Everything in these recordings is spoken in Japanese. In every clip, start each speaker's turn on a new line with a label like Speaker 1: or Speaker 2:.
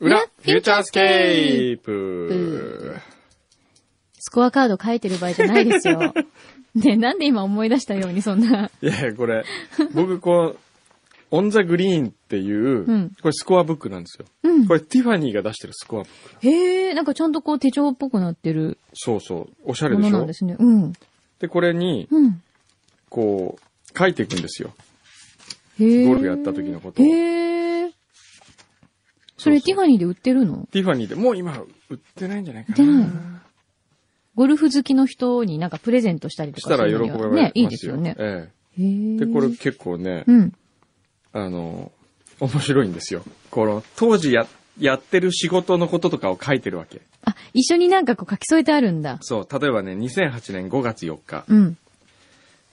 Speaker 1: 裏、
Speaker 2: 裏
Speaker 1: フューチャースケー
Speaker 2: う
Speaker 1: プ。
Speaker 2: スコアカード書いてる場合じゃないです よ。ね、なんで今思い出したようにそんな。
Speaker 1: いやいや、これ、僕、こう、オンザグリーンっていう、
Speaker 2: うん
Speaker 1: これスコアブックなんですよ。
Speaker 2: うん
Speaker 1: こ。れティファニーが出してるスコアブック。
Speaker 2: へえ、なんかちゃんとこう手帳っぽくなってる
Speaker 1: そうそう。おしゃれ
Speaker 2: も
Speaker 1: で
Speaker 2: の
Speaker 1: し
Speaker 2: なん
Speaker 1: ょ
Speaker 2: ですね。うん。
Speaker 1: で、これに、
Speaker 2: うん。
Speaker 1: こう、書いていくんですよ。
Speaker 2: へえ。
Speaker 1: ゴルフやった時のことを
Speaker 2: へえ。そ
Speaker 1: そうそ
Speaker 2: れ
Speaker 1: う
Speaker 2: ティファニーで売ってるの
Speaker 1: ティファニーで、もう今、売ってないんじゃないか
Speaker 2: 売ってない
Speaker 1: な。
Speaker 2: ゴルフ好きの人になんかプレゼントしたりと
Speaker 1: し
Speaker 2: か
Speaker 1: たら
Speaker 2: す
Speaker 1: 喜
Speaker 2: る
Speaker 1: ば
Speaker 2: の
Speaker 1: れますよ。
Speaker 2: にはね、いいですよね。
Speaker 1: え
Speaker 2: へえ。
Speaker 1: え。で、これ結構ね、
Speaker 2: うん。
Speaker 1: あの、面白いんですよ。この、当時や、やってる仕事のこととかを書いてるわけ。
Speaker 2: あ、一緒になんかこう書き添えてあるんだ。
Speaker 1: そう、例えばね、2008年5月4日。
Speaker 2: うん。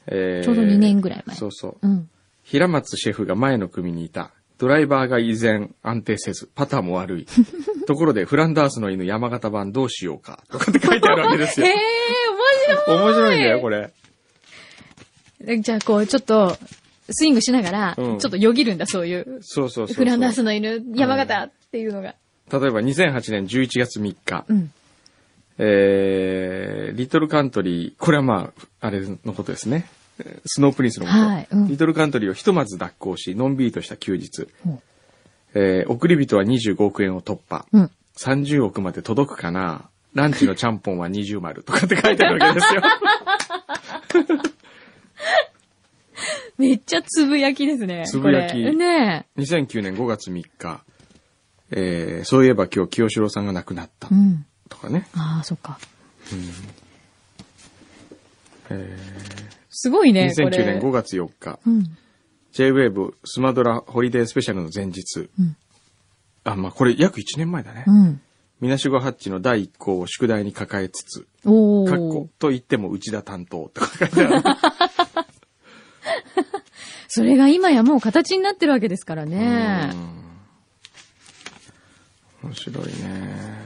Speaker 1: えー
Speaker 2: ちょうど2年ぐらい前
Speaker 1: そうそう。
Speaker 2: うん。
Speaker 1: 平松シェフが前の組にいた。ドライバーが依然安定せず、パターも 悪い。ところで、フランダースの犬山形版どうしようか。とかって書いてあるわけです
Speaker 2: へ
Speaker 1: よ
Speaker 2: え、面。白い
Speaker 1: 面白いんだよ、これ。
Speaker 2: えじゃあ、こう、ちょっと、スイングしながら、
Speaker 1: うん
Speaker 2: ちょっとよぎるんだ、そういう。
Speaker 1: そうそうそうそう。
Speaker 2: フランダース
Speaker 1: 例
Speaker 2: の犬、山形っていうのが。
Speaker 1: えば、2008年11月3日。
Speaker 2: うん。
Speaker 1: えー、リトルカントリー、これはまあ、あれのことですね。えースノープリンスのこと。
Speaker 2: はいうん
Speaker 1: リトルカントリーをひとまず脱行し、のんびりとした休日。
Speaker 2: うん
Speaker 1: えー、送り人は25億円を突破。
Speaker 2: うん。
Speaker 1: 30億まで届くかなランチのちゃんぽんは20丸とかって書いてあるわけ ですよ。
Speaker 2: めっちゃつぶやきですね。
Speaker 1: つぶやき
Speaker 2: これね
Speaker 1: 2009年5月3日。えー、そういえば今日清志郎さんが亡くなった
Speaker 2: え。う。ん。
Speaker 1: とかね。
Speaker 2: ああ、そっか。
Speaker 1: え
Speaker 2: すごい
Speaker 1: ー、
Speaker 2: ね、こ
Speaker 1: 2009
Speaker 2: れ。
Speaker 1: 年5月4日。
Speaker 2: うん。
Speaker 1: J-Wave スマドラホリデースペシャルの前日。
Speaker 2: うん
Speaker 1: あ、まあ、これ約1年前だね。
Speaker 2: うん。
Speaker 1: みなしごハッチの第1項を宿題に抱えつつ、
Speaker 2: お
Speaker 1: かっ
Speaker 2: ー
Speaker 1: こ。と言っても内田担当とか書いてある。
Speaker 2: それが今やもう形になってるわけですからね
Speaker 1: う。ん面白いね。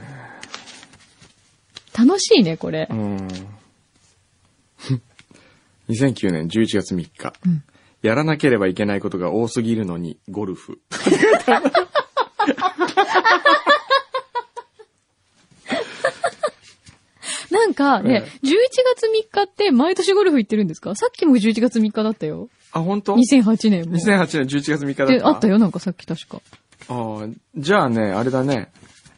Speaker 2: 楽しいね、これ
Speaker 1: う。ん。2009年11月3日、
Speaker 2: ん
Speaker 1: やらなければいけないことが多すぎるのに、ゴルフ。
Speaker 2: なんかね
Speaker 1: え、
Speaker 2: 11月3日って毎年ゴルフ行ってるんですかさっきも11月3日だったよ。
Speaker 1: あ、本当
Speaker 2: 2008年も。
Speaker 1: 2008年11月3日だっ
Speaker 2: で、
Speaker 1: た。
Speaker 2: あったよ、なんかさっき確か。
Speaker 1: あーじゃあね、あれだね。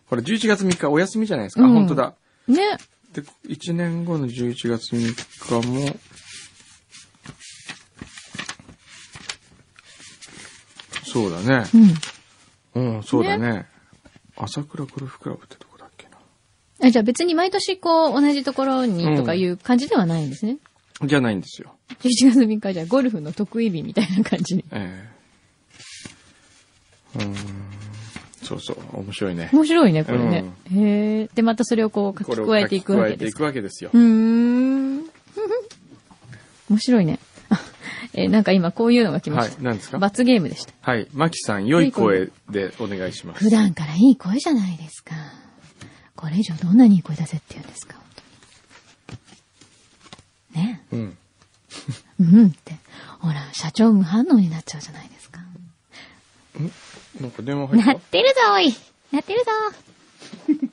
Speaker 1: これ11月3日お休みじゃないですか。あ
Speaker 2: うん
Speaker 1: 本当だ。
Speaker 2: ね。
Speaker 1: で、1年後の11月3日も、そうだね。
Speaker 2: うん。
Speaker 1: うん、そうだね。朝倉ゴルフクラブってとこだっけな。
Speaker 2: あじゃあ別に毎年こう同じところにとかいう感じではないんですね。
Speaker 1: じゃないんですよ。
Speaker 2: 11月3日じゃあゴルフの得意日みたいな感じに。
Speaker 1: ええうーん、そうそう、面白いね。
Speaker 2: 面白いね、これね。へえ。で、またそれをこう書き加えていくわ
Speaker 1: これを書き加
Speaker 2: けですか。
Speaker 1: えていくわけですよ
Speaker 2: う。ーん。 面白いね。あえーなんか今こういうのが来ま
Speaker 1: は
Speaker 2: し
Speaker 1: い、
Speaker 2: た。
Speaker 1: 何ですか
Speaker 2: 罰ゲームでした。
Speaker 1: はい、マキさん、良い声でお願いします。
Speaker 2: 普段からいい声じゃないですか。これ以上どんなにいい声出せって言うんですか、本当に。ねえ。
Speaker 1: うん。
Speaker 2: うんって。ほら、社長無反応になっちゃうじゃないですか。
Speaker 1: なんか電話入
Speaker 2: な
Speaker 1: っ
Speaker 2: ってるぞ、おいなって るぞ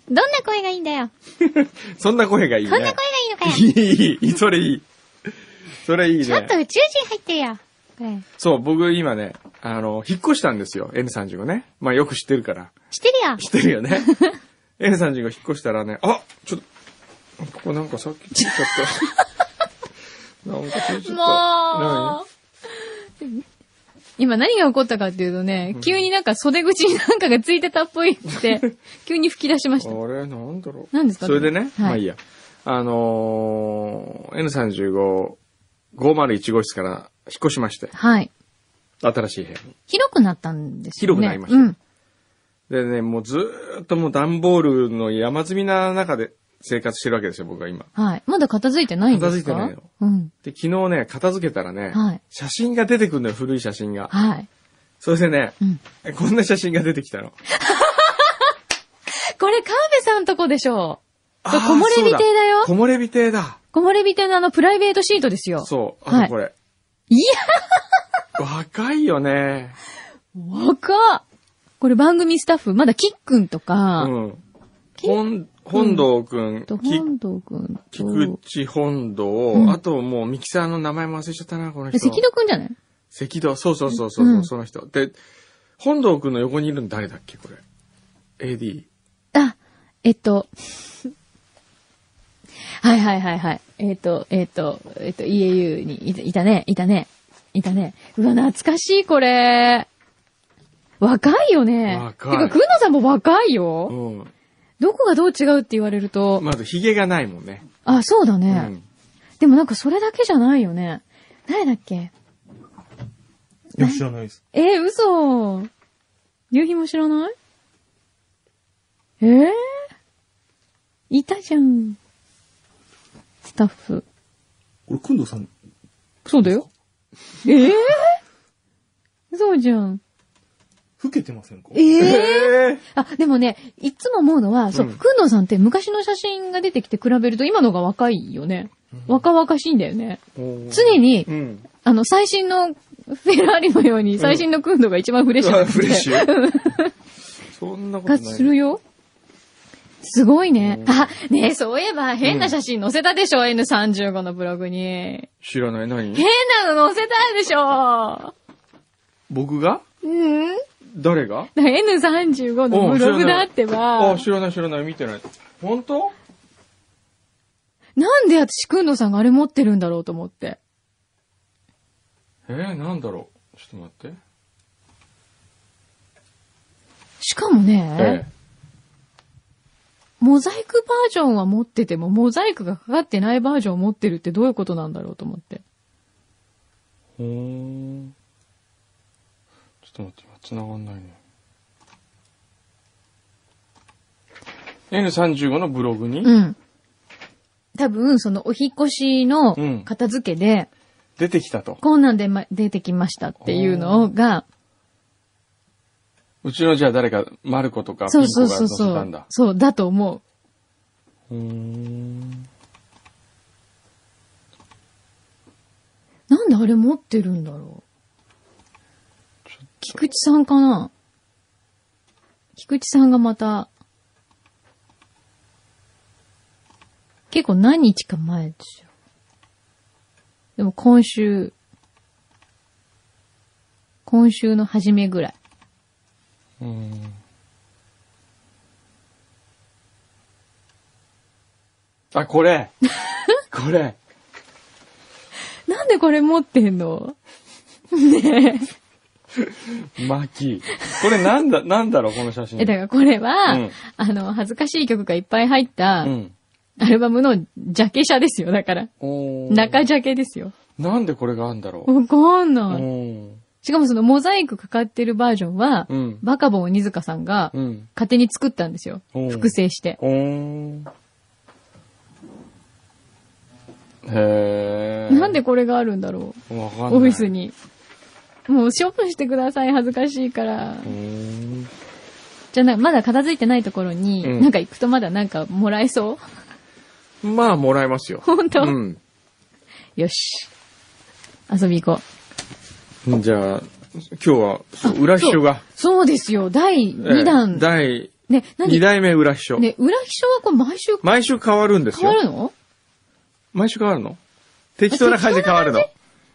Speaker 2: どんな声がいいんだよ
Speaker 1: た。そんな声がいいね。
Speaker 2: こんな声がいいのかよ
Speaker 1: いい、いい、それいい。それいいね。
Speaker 2: ちょっと宇宙人入ってるよこれ。
Speaker 1: そう、僕今ね、あの、引っ越したんですよ。N35 ね。まあよく知ってるから。
Speaker 2: 知ってるよ
Speaker 1: 知ってるよ ね。N35 引っ越したらね、あちょっと、ここなんかさっきついちゃ った。なんかついちゃった。
Speaker 2: もう今何が起こったかっていうとね、急になんか袖口になんかがついてたっぽい って、急に吹き出しました。
Speaker 1: 何あれなんだろう。
Speaker 2: 何ですか
Speaker 1: それでね、
Speaker 2: はい
Speaker 1: まあいいや。あのー、N35、501号室から引っ越しまして、
Speaker 2: はい。
Speaker 1: 新しい部屋に。
Speaker 2: 広くなったんですよ
Speaker 1: 広
Speaker 2: ね。
Speaker 1: くなりました
Speaker 2: うん。
Speaker 1: でね、もうずーっともう段ボールの山積みな中で生活してるわけですよ、僕は今。
Speaker 2: はい。まだ片付いてないんですか
Speaker 1: 片付いてないの
Speaker 2: うん。
Speaker 1: で、昨日ね、片付けたらね、
Speaker 2: はい
Speaker 1: 写真が出てくるのよ、古い写真が。
Speaker 2: はい。
Speaker 1: それでね、
Speaker 2: うん。
Speaker 1: こんな写真が出てきたの。
Speaker 2: これ、川辺さんとこでしょう。こ
Speaker 1: あ
Speaker 2: れ、
Speaker 1: ー
Speaker 2: 木漏れ日亭だよ。
Speaker 1: 木漏れ日亭だ。
Speaker 2: 木漏れ日亭のあの、プライベートシートですよ。
Speaker 1: そう。あ
Speaker 2: は
Speaker 1: と
Speaker 2: い
Speaker 1: これ。
Speaker 2: い
Speaker 1: 若いよね。
Speaker 2: や、若っこれ番組スタッフ、まだキックンとか、
Speaker 1: うん。
Speaker 2: キ
Speaker 1: 本、本堂くん、
Speaker 2: と、
Speaker 1: き
Speaker 2: 本堂くん
Speaker 1: 菊
Speaker 2: と、
Speaker 1: 池本堂、
Speaker 2: うん
Speaker 1: あともうミキサーの名前も忘れちゃったな、この人。
Speaker 2: え関戸くんじゃない
Speaker 1: 関戸、そうそうそうそう、
Speaker 2: うん
Speaker 1: その人。で、本堂くんの横にいるの誰だっけ、これ。AD。
Speaker 2: あ、えっと、 はいはいはいはい。えっと、えっと、えっと、EAU にいたいたね、いたね、いたね。うわ、懐かしい、これ。若いよね。
Speaker 1: 若い
Speaker 2: てか、くんのさんも若いうよ。
Speaker 1: ん。
Speaker 2: どこがどう違うって言われると、
Speaker 1: まず、ヒゲがないもんね。
Speaker 2: あ、そうだ
Speaker 1: う
Speaker 2: ね。
Speaker 1: ん。
Speaker 2: でもなんかそれだけじゃないよね。誰だっけ
Speaker 3: いや、知らないです。
Speaker 2: えー、嘘。夕日も知らないえー、いたじゃん。スタッフ。
Speaker 3: これ、くんどうさん、
Speaker 2: そうだよ。ええー、そうじゃん。
Speaker 3: 老けてませんか
Speaker 2: え え
Speaker 1: え
Speaker 2: あ、でもね、いつも思うのは、そう、
Speaker 1: うん
Speaker 2: くんのさんって昔の写真が出てきて比べると今のが若いよね。若々しいんだよね。
Speaker 1: ー
Speaker 2: 常に
Speaker 1: う、ん。
Speaker 2: あの、最新のフェラーリのように、最新のクンドが一番フレッシュ
Speaker 1: あ
Speaker 2: な
Speaker 1: フレッシ
Speaker 2: ュ
Speaker 1: ュ。そんなこと
Speaker 2: が
Speaker 1: ない。
Speaker 2: するよ。すごいね。あ、ねえ、そういえば変な写真載せたでしょ、N35 のブログに。
Speaker 1: 知らない、何
Speaker 2: 変なの載せたでしょ
Speaker 1: 僕が
Speaker 2: うん
Speaker 1: 誰が
Speaker 2: ?N35 のブログだってば
Speaker 1: あ、。知らない、知らない、見てない。本当
Speaker 2: なんで私、くんどさんがあれ持ってるんだろうと思って。
Speaker 1: えー、なんだろう。ちょっと待って。
Speaker 2: しかもね、モザイクバージョンは持ってても、モザイクがかかってないバージョンを持ってるってどういうことなんだろうと思って。
Speaker 1: え。ほーん。ちょっと待って、今繋がんないね。N35 のブログに、
Speaker 2: うん。多分、その、お引っ越しの
Speaker 1: うん
Speaker 2: 片付けで、
Speaker 1: 出てきたと。
Speaker 2: こんなんで、ま、出てきましたっていうのが、
Speaker 1: うちのじゃあ誰か、マルコとかピン
Speaker 2: そう
Speaker 1: コ
Speaker 2: そう
Speaker 1: が
Speaker 2: そ
Speaker 1: 載
Speaker 2: う
Speaker 1: せ
Speaker 2: そ
Speaker 1: たん
Speaker 2: う
Speaker 1: だ。。
Speaker 2: そう、だと思う。
Speaker 1: うーん。
Speaker 2: なんであれ持ってるんだろう
Speaker 1: ちょっと。
Speaker 2: 菊池さんかな菊池さんがまた、結構何日か前ですよ。でも今週、今週の初めぐらい。
Speaker 1: うーん。あ、こ れこれ
Speaker 2: なんでこれ持ってんの
Speaker 1: マキ。これなんだ、なんだろう、この写真。
Speaker 2: え、だからこれは、
Speaker 1: うん
Speaker 2: あの、恥ずかしい曲がいっぱい入った
Speaker 1: う、ん。
Speaker 2: アルバムのジャケ写ですよ、だから。
Speaker 1: おー
Speaker 2: 中ジャケですよ。
Speaker 1: なんでこれがあんだろう。
Speaker 2: わかん
Speaker 1: う
Speaker 2: ない。
Speaker 1: ん。
Speaker 2: しかもそのモザイクかかってるバージョンは、
Speaker 1: うん。
Speaker 2: バカボン鬼塚さんが
Speaker 1: うん。
Speaker 2: 勝手に作ったんですよ。
Speaker 1: うん
Speaker 2: 複製して。
Speaker 1: おーへー。
Speaker 2: なんでこれがあるんだろ
Speaker 1: わ
Speaker 2: う
Speaker 1: かんない。
Speaker 2: オフィス。に。もう処分してください、恥ずかしいから。
Speaker 1: ん。
Speaker 2: じゃあな、まだ片付いてないところに、
Speaker 1: うん
Speaker 2: なんか行くとまだなんかもらえそう
Speaker 1: まあ、もらえますよ。
Speaker 2: 本当、
Speaker 1: うん。
Speaker 2: よし。遊び行こう。
Speaker 1: じゃあ、今日は、そう裏秘書が。
Speaker 2: そうですよ、
Speaker 1: え
Speaker 2: 第
Speaker 1: え
Speaker 2: 2弾。
Speaker 1: 第
Speaker 2: ね、
Speaker 1: 2
Speaker 2: 何
Speaker 1: 代目裏秘書。
Speaker 2: ね、裏秘書はこれ毎週
Speaker 1: 毎週変わるんです
Speaker 2: 変
Speaker 1: よ
Speaker 2: わ。るの
Speaker 1: 毎週変わるの適当な感じで変わるの。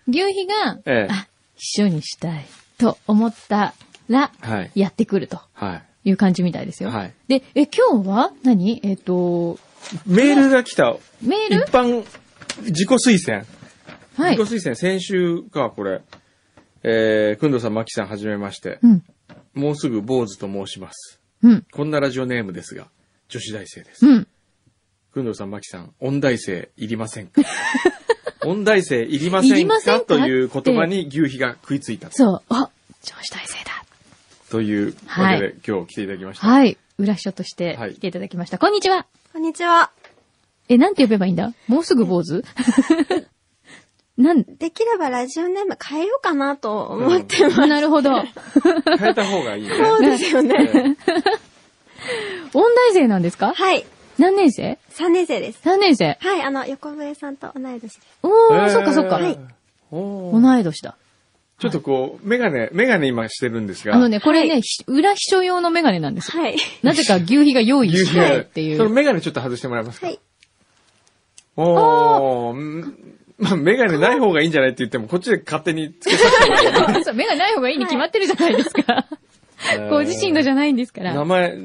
Speaker 2: 牛皮が、
Speaker 1: ええ
Speaker 2: あ、秘書にしたいと思ったら、
Speaker 1: はい。
Speaker 2: やってくると
Speaker 1: はい。
Speaker 2: いう感じみたいですよ。
Speaker 1: はい
Speaker 2: で、え、今日は何えっ、と、
Speaker 1: メールが来た。
Speaker 2: メー
Speaker 1: 一
Speaker 2: ル
Speaker 1: 般、自己推薦。
Speaker 2: はい
Speaker 1: 自。己推薦、先週か、これ。えー、くんどさん、まきさん、はじめまして
Speaker 2: う。ん。
Speaker 1: もうすぐ坊主と申します。
Speaker 2: うん。
Speaker 1: こんなラジオネームですが、女子大生です。
Speaker 2: うん。
Speaker 1: くんどさん、まきさん、音大生いりません か音大生いりま
Speaker 2: い
Speaker 1: せ
Speaker 2: り
Speaker 1: ん
Speaker 2: ませ
Speaker 1: か
Speaker 2: んか
Speaker 1: という言葉に牛皮が食いついた。
Speaker 2: そう。あ、上司大生だ。
Speaker 1: というわけで、今日来ていただきました。
Speaker 2: はい。裏秘書として
Speaker 1: はい
Speaker 2: 来ていただきました。こんにちは。
Speaker 4: こんにちは。
Speaker 2: え、なんて呼べばいいんだもうすぐ坊主 なん、
Speaker 4: できればラジオネーム変えようかなと思ってます。
Speaker 2: なるほど。音
Speaker 1: 変えた方がいいね。
Speaker 4: そうです よね。
Speaker 1: え
Speaker 2: 大生なんですか
Speaker 4: はい。
Speaker 2: 何年生
Speaker 4: 3年生です。
Speaker 2: ?3 年生。
Speaker 4: はい、あの、横笛さんと同い年です。
Speaker 2: おー、
Speaker 1: えー
Speaker 2: そっかそっか。
Speaker 1: おー
Speaker 2: 同い年だ。
Speaker 1: ちょっとこう、メガネ、メガネ今してるんですが、
Speaker 2: あのね、これね、
Speaker 4: はい
Speaker 2: ひ裏秘書用のメガネなんですよ。
Speaker 4: はい。
Speaker 2: なぜか牛皮が用意
Speaker 1: 牛
Speaker 2: し
Speaker 1: 皮
Speaker 2: て
Speaker 1: が
Speaker 2: あるってい
Speaker 1: その
Speaker 2: う。
Speaker 1: メガネちょっと外してもらえますか、
Speaker 4: はい。
Speaker 1: おー、んまあ、メガネない方がいいんじゃないって言っても、こっちで勝手につけさせてもらえる
Speaker 2: そう目がない方がいいに決まってるじゃないですか。 ご自身のじゃないんですか
Speaker 1: 名
Speaker 2: ら。
Speaker 1: 前、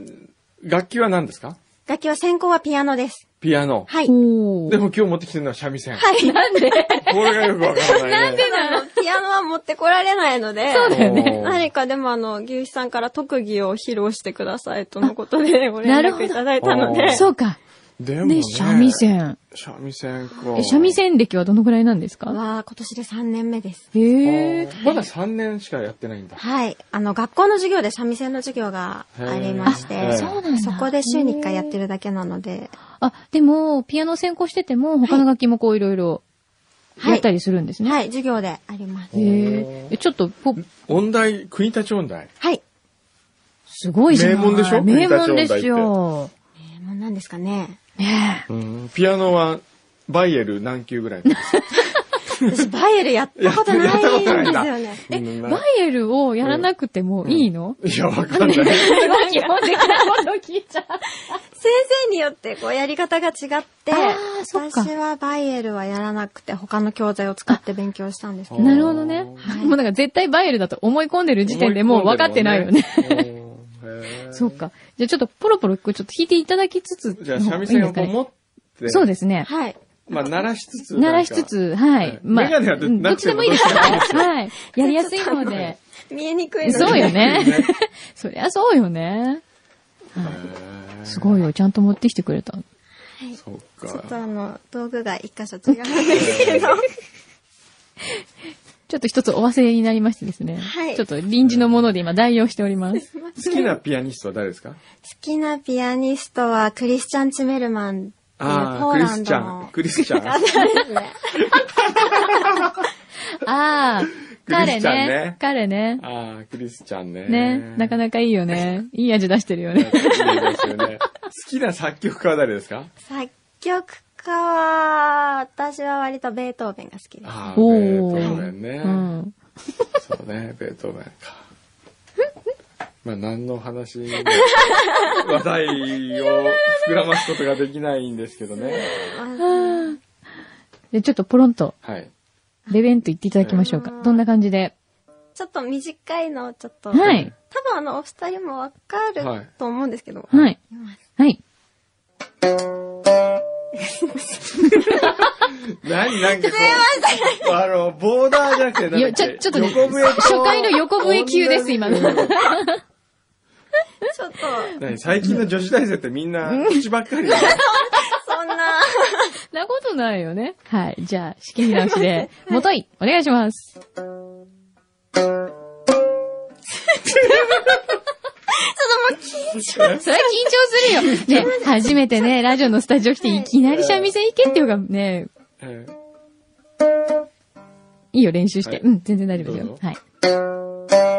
Speaker 1: 楽器は何ですか
Speaker 4: 楽器は専攻はピアノです。
Speaker 1: ピアノ。
Speaker 4: はい。
Speaker 2: お
Speaker 1: で
Speaker 2: ー
Speaker 1: も今日持ってきてるのは三味線。
Speaker 4: はい。
Speaker 2: なんで
Speaker 1: これがよくわからない、ね。なんで
Speaker 4: ただあの、ピアノは持ってこられないので。
Speaker 2: そうだよね
Speaker 4: 何かでもあの、牛さんから特技を披露してくださいとのことでご連
Speaker 2: なるほど
Speaker 4: 絡いただいたの
Speaker 1: おー
Speaker 4: で。
Speaker 2: そうか。
Speaker 1: でもね。
Speaker 2: で、三味。線。
Speaker 1: 三味線か。
Speaker 2: え、三味線歴はどのくらいなんですか
Speaker 4: は、今年で3年目です。
Speaker 2: へ
Speaker 1: あ
Speaker 2: え。
Speaker 1: ーまだ3年しかやってないんだ。
Speaker 4: はい。あの、学校の授業で三味線の授業がありまし
Speaker 1: へ
Speaker 4: て
Speaker 1: ーあ、
Speaker 2: そうなんだ
Speaker 4: そこで週に1回やってるだけなので、
Speaker 2: あ、でも、ピアノ専攻してても、他の楽器もこういろいろ
Speaker 4: はい
Speaker 2: やったりするんですね。
Speaker 4: はい、授業であります。
Speaker 2: へえ。ちょっと、ぽ、
Speaker 1: 音大、国立音大。
Speaker 4: はい。
Speaker 2: すごいじゃない
Speaker 1: 名門でしょ
Speaker 2: 名門ですよ。
Speaker 4: えーもう何ですかね。
Speaker 2: ね
Speaker 1: うんピアノは、バイエル何級ぐらいなんですか
Speaker 4: 私、バイエルやったことないんです
Speaker 1: やったことな
Speaker 4: よ
Speaker 1: いんだ
Speaker 4: ね。
Speaker 2: え。
Speaker 1: うん
Speaker 2: え、
Speaker 1: な
Speaker 2: バイエルをやらなくてもいいの
Speaker 1: いや、わかんない。
Speaker 2: すごい基本的なこと聞いちゃう。
Speaker 4: 先生によって、こう、やり方が違って
Speaker 2: あー、そっか
Speaker 4: 私はバイエルはやらなくて、他の教材を使って勉強したんですけ ど。
Speaker 2: なるほどね。も
Speaker 4: いう
Speaker 2: なんか絶対バイエルだと思い込んでる時点でもう分かってないよね。
Speaker 1: おー。へー
Speaker 2: そうか。じゃあちょっとポロポロこれちょっと弾いていただきつつ。
Speaker 1: じゃあ、三味線
Speaker 2: の
Speaker 1: を
Speaker 2: 方がいいん
Speaker 1: 持っ
Speaker 2: で
Speaker 1: て、
Speaker 2: すかねそうですね。
Speaker 4: はい。
Speaker 1: まあ、鳴らしつつ。
Speaker 2: 鳴らしつつ、は
Speaker 1: はい
Speaker 2: い。まあ、
Speaker 1: メガネは
Speaker 2: うんどっちでもいいですから。はい。やりやすいので。
Speaker 4: 見えにくいので。
Speaker 2: そうよ
Speaker 1: なんか。
Speaker 2: ね。そりゃそうよね。
Speaker 1: へー
Speaker 2: すごいよ。ちゃんと持ってきてくれた。
Speaker 1: そう
Speaker 4: ちょっと
Speaker 1: か。
Speaker 4: あの、道具が一箇所違うんですけど。
Speaker 2: ちょっと一つお忘れになりましてですね。
Speaker 4: はい
Speaker 2: ちょっと臨時のもので今代用しております。
Speaker 1: 好きなピアニストは誰ですか
Speaker 4: 好きなピアニストはクリスチャン・チメルマンっていうポ
Speaker 1: ああ、
Speaker 4: ー
Speaker 1: クリ
Speaker 4: ラ
Speaker 1: ス
Speaker 4: ン
Speaker 1: チ
Speaker 4: ド
Speaker 1: ャン。
Speaker 4: の。
Speaker 1: クリスチャ ン。
Speaker 2: ああ、
Speaker 1: クリ
Speaker 2: 彼
Speaker 1: スチャンね
Speaker 2: ね。彼ね。
Speaker 1: ああ、クリスチャンね。
Speaker 2: ね。なか
Speaker 1: か。
Speaker 2: なかいいよね。いい味出してるよ
Speaker 1: いい
Speaker 2: ね。
Speaker 1: ですよね。好きな作曲家は誰ですか
Speaker 4: 作曲家は、私は割とベートーベンが好きです。
Speaker 1: ああ、ベ
Speaker 2: お
Speaker 1: ー
Speaker 2: ー
Speaker 1: トーベンね。
Speaker 2: うん。
Speaker 1: そうね、ベートーベ ンか。まあ、何の話にも、話題を膨らますことができないんですけどね。
Speaker 2: で、ちょっとポロンと、
Speaker 1: はい。
Speaker 2: レベンと言っていただきましょうか。どんな感じで。
Speaker 4: ちょっと短いのをちょっと。
Speaker 2: はい。
Speaker 4: 多分あの、お二人もわかる
Speaker 1: はい
Speaker 4: と思うんですけど。
Speaker 2: はい。はい。
Speaker 1: 何なん かこう、あの、ボーダーじゃなくて、なんだけ
Speaker 2: よ、ちょ、ちょっとね、
Speaker 1: 横笛と
Speaker 2: 初回の横笛級です、今 の。
Speaker 4: ちょっと、
Speaker 1: 何最近の女子大生ってみんな、口ばっかりだね。
Speaker 4: そんな、
Speaker 2: なことないよね。はい。じゃあ、仕切り直しで、もとい、お願いします。それは緊張す るよ。ね、初めてね、ラジオのスタジオ来て、いきなり三味線行けっていうかね、
Speaker 1: えー
Speaker 2: いいよ、練習して。
Speaker 1: はい
Speaker 2: うん、全然大丈夫で
Speaker 1: ど
Speaker 2: す
Speaker 1: う
Speaker 2: よ
Speaker 1: ぞ。
Speaker 2: はい。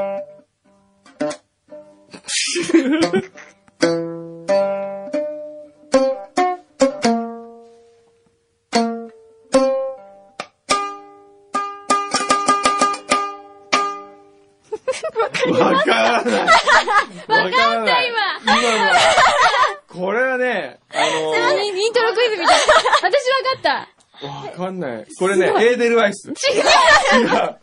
Speaker 1: わからない。わかんない、今。今のはこれはね、あ
Speaker 2: インイントロクイズみたい。私わかった。
Speaker 1: のーわかんない。これね、エーデルワイス。違う
Speaker 2: 私わか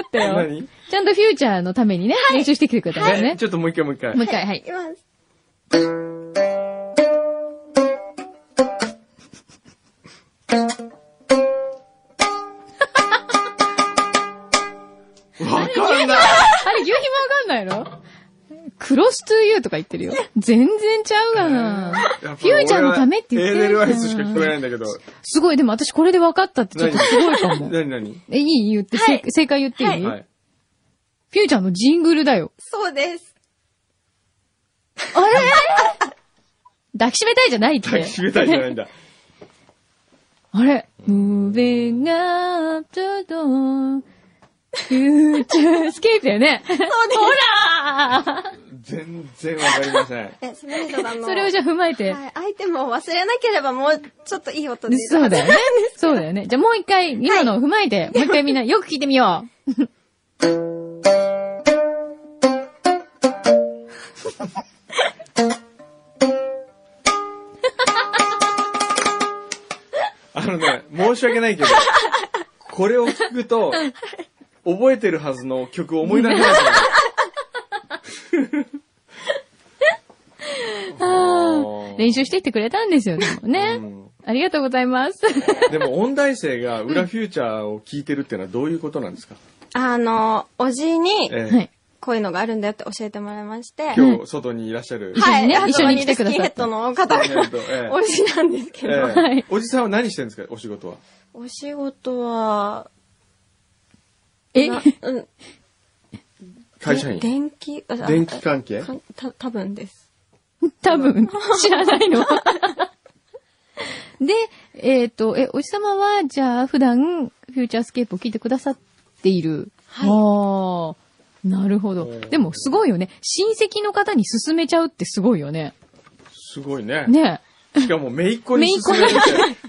Speaker 2: ったよ
Speaker 1: 何。
Speaker 2: ちゃんとフューチャーのためにね、練習してきてくれたから
Speaker 1: ね
Speaker 2: ね。
Speaker 1: ちょっともう一回もう一回
Speaker 2: もう。一回、はい。
Speaker 4: 今、
Speaker 1: わかんない。
Speaker 2: あれ、牛皮もわかんないのクロストゥーユーとか言ってるよ。全然ちゃうがな。
Speaker 1: やっぱ
Speaker 2: フューチャーのためって言って
Speaker 1: エーデル
Speaker 2: るじゃ
Speaker 1: ワ
Speaker 2: ん
Speaker 1: イスしか聞こえないんだけど。
Speaker 2: すごい、でも私これで分かったってちょっとすごいかも。
Speaker 1: なになに
Speaker 2: え、いい言って、せい正解言っていい、
Speaker 1: はい。
Speaker 2: フューチャーのジングルだよ。
Speaker 4: そうです。
Speaker 2: あれ抱きしめたいじゃないって。
Speaker 1: 抱きしめたいじゃないんだ。
Speaker 2: あれ ?moving up to dawn, future escape だよね。そうです。ほら
Speaker 1: 全然わかりません。
Speaker 4: え、スメリドさんの。
Speaker 2: それをじゃあ踏まえて。
Speaker 4: はい、アイテムを忘れなければもうちょっといい音で。
Speaker 2: そう だよね。そうだよね。じゃあもう一回、今のを踏まえて、もう一回みんなよく聞いてみよう。
Speaker 1: あのね、申し訳ないけど、これを聞くと、覚えてるはずの曲を思い出せないから
Speaker 2: 練習してきてくれたんですよ、でもね
Speaker 1: うん。
Speaker 2: ありがとうございます。
Speaker 1: でも、音大生が裏フューチャーを聞いてるっていうのはどういうことなんですか、
Speaker 4: あの、おじいに、
Speaker 1: ええ
Speaker 2: はい。
Speaker 4: こういうのがあるんだよって教えてもらいまして。
Speaker 1: 今日、外にいらっしゃる。
Speaker 4: はい、
Speaker 2: 一緒にね一緒に来てくださって
Speaker 4: ハードマニスキンヘ
Speaker 1: え
Speaker 4: ッドの方が
Speaker 1: っとええ
Speaker 4: おじなんですけ
Speaker 1: え
Speaker 4: ど、
Speaker 1: え
Speaker 2: はい
Speaker 1: おじさんは何してるんですかお仕事は。
Speaker 4: お仕事は、
Speaker 2: え
Speaker 4: なうん
Speaker 1: 会社員。
Speaker 4: 電気、あ
Speaker 1: 電気関係
Speaker 4: かた多分です。
Speaker 2: 多分、知らないの。で、えっ、と、え、おじさまは、じゃあ、普段、フューチャースケープを聞いてくださっている。
Speaker 4: はい
Speaker 2: ああ、なるほど
Speaker 1: お。ー
Speaker 2: でも、すごいよね。親戚の方に勧めちゃうってすごいよね。
Speaker 1: すごいね。
Speaker 2: ね
Speaker 1: しかも、めいっ子に勧めて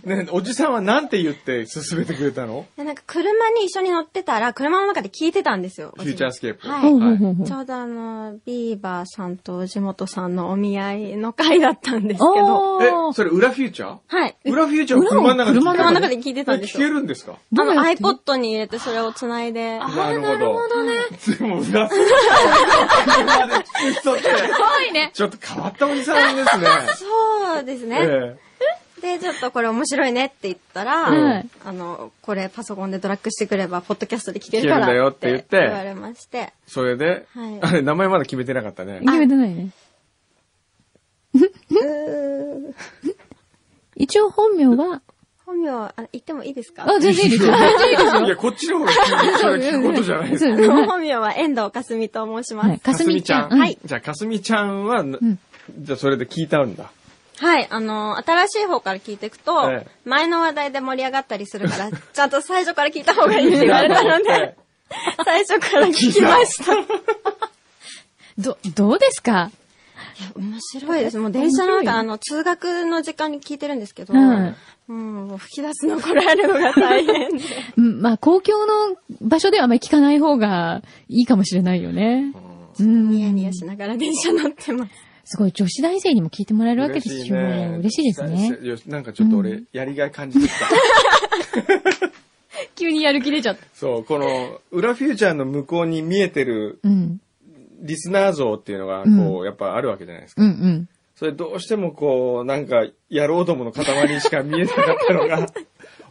Speaker 1: て、ね、おじさんはなんて言って勧めてくれたの
Speaker 4: でなんか車に一緒に乗ってたら、車の中で聞いてたんですよ。
Speaker 1: フューチャースケープ。
Speaker 4: はい
Speaker 2: ほうほう
Speaker 1: はい
Speaker 2: ほうほう
Speaker 4: ちょうどあの、ビーバーさんと地元さんのお見合いの会だったんですけど、
Speaker 2: あ
Speaker 1: え
Speaker 2: ー、
Speaker 1: それ裏フューチャー
Speaker 4: はい。
Speaker 1: 裏フューチャーを車の中で聞いてた
Speaker 4: 車の中で聞いてたんです
Speaker 1: え聞
Speaker 4: よ
Speaker 1: けるんですか
Speaker 4: あの
Speaker 2: どうやって
Speaker 4: iPod に入れてそれを繋いで、
Speaker 1: なるほど。
Speaker 2: ね。
Speaker 1: でも、裏フューチャーを車で聞く人って、
Speaker 2: 怖いね。
Speaker 1: ちょっと変わったおじさんですね。
Speaker 4: そうですね。
Speaker 1: え
Speaker 4: で、ちょっとこれ面白いねって言ったら、
Speaker 2: うん
Speaker 4: あの、これパソコンでドラッグしてくれば、ポッドキャストで聞けるから。
Speaker 1: 聞けるんだよって言って
Speaker 4: 言われまして。
Speaker 1: えそれで、
Speaker 4: はい
Speaker 1: あれ、名前まだ決めてなかったね。
Speaker 2: 決めてないね。
Speaker 4: うー
Speaker 2: 一応本名は、
Speaker 4: 本名、あ言ってもいいですか
Speaker 2: あ、全然いいですよ。全然いいですよ。
Speaker 1: いや、こっちの方が聞くそれ聞くことじゃないです
Speaker 2: そうですね
Speaker 4: 本名は遠藤かすみと申します。
Speaker 2: は。
Speaker 4: はいい。
Speaker 2: かすみちゃん。
Speaker 1: かすみ
Speaker 2: は。
Speaker 4: はいい
Speaker 1: じゃあ、かすみちゃんは、
Speaker 2: ん
Speaker 1: じゃあ、それで聞いたんだ。
Speaker 4: あの、新しい方から聞いていくと、
Speaker 1: ええ
Speaker 4: 前の話題で盛り上がったりするから、 ちゃんと最初から聞いた方がいいって言われた ので、最初から聞きました。い
Speaker 2: ど、どうですか
Speaker 4: や面白いです。もう電車の
Speaker 2: 面白い
Speaker 4: 中、あの、通学の時間に聞いてるんですけど、
Speaker 2: うん
Speaker 4: うん、もう吹き出すのこらえるのが大変で。
Speaker 2: うんまあ、公共の場所ではあまり聞かない方がいいかもしれないよね。うん。
Speaker 4: ニヤニヤしながら電車乗ってます。
Speaker 2: すごい、女子大生にも聞いてもらえるわけですよ。嬉しいですね。
Speaker 1: いやなんかちょっと俺、やりがい感じてきた。
Speaker 2: 急にやる気出ちゃった。
Speaker 1: そう、この、裏フューチャーの向こうに見えてる
Speaker 2: うん。
Speaker 1: リスナー像っていうのが、こう、やっぱあるわけじゃないですか。
Speaker 2: うんうん。
Speaker 1: それどうしてもこう、なんか、野郎どもの塊にしか見えなかったの が、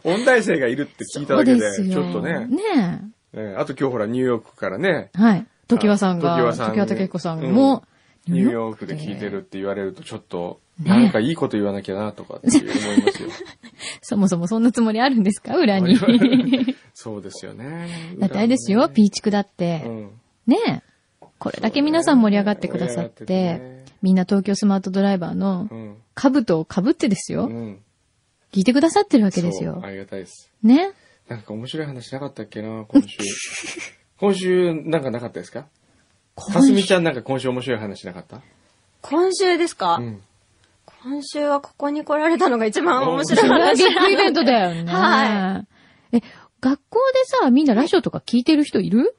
Speaker 1: 音大生がいるって聞いた
Speaker 2: そ
Speaker 1: だ
Speaker 2: う
Speaker 1: け
Speaker 2: で
Speaker 1: で、
Speaker 2: すよ。
Speaker 1: ちょっとね、
Speaker 2: ね
Speaker 1: えーあと今日ほらニューヨークからね
Speaker 2: え、はい。時和さん
Speaker 1: 常
Speaker 2: が、時
Speaker 1: 盤
Speaker 2: 和
Speaker 1: さん
Speaker 2: 武彦さんも、
Speaker 1: ニューヨークで聞いてるって言われるとちょっと、
Speaker 2: ね
Speaker 1: なんかいいこと言わなきゃなとかって思い ますよ。
Speaker 2: そもそもそんなつもりあるんですか裏に。
Speaker 1: そうですよ ね。
Speaker 2: だってあれですよ、ピーチクだって。
Speaker 1: うん。
Speaker 2: ねえ。これだけ皆さん盛り上がってくださっ
Speaker 1: そう
Speaker 2: て、
Speaker 1: だよね盛り上がっててね
Speaker 2: みんな東京スマートドライバーの
Speaker 1: うん。
Speaker 2: 兜を被ってですよ、
Speaker 1: うん。
Speaker 2: 聞いてくださってるわけです
Speaker 1: そう
Speaker 2: よ
Speaker 1: あ。りがたいです。
Speaker 2: ね
Speaker 1: なんか面白い話なかったっけな、今 週。今週なんかなかったですかかすみちゃんなんか今週面白い話なかった
Speaker 4: 今週ですか、
Speaker 1: うん。
Speaker 4: 今週はここに来られたのが一番面
Speaker 2: そ
Speaker 4: 白い
Speaker 2: れは
Speaker 4: 話
Speaker 2: ゲットイベントだよ ね。
Speaker 4: は
Speaker 2: え、学校でさ、みんなラジオとか聞いてる人いる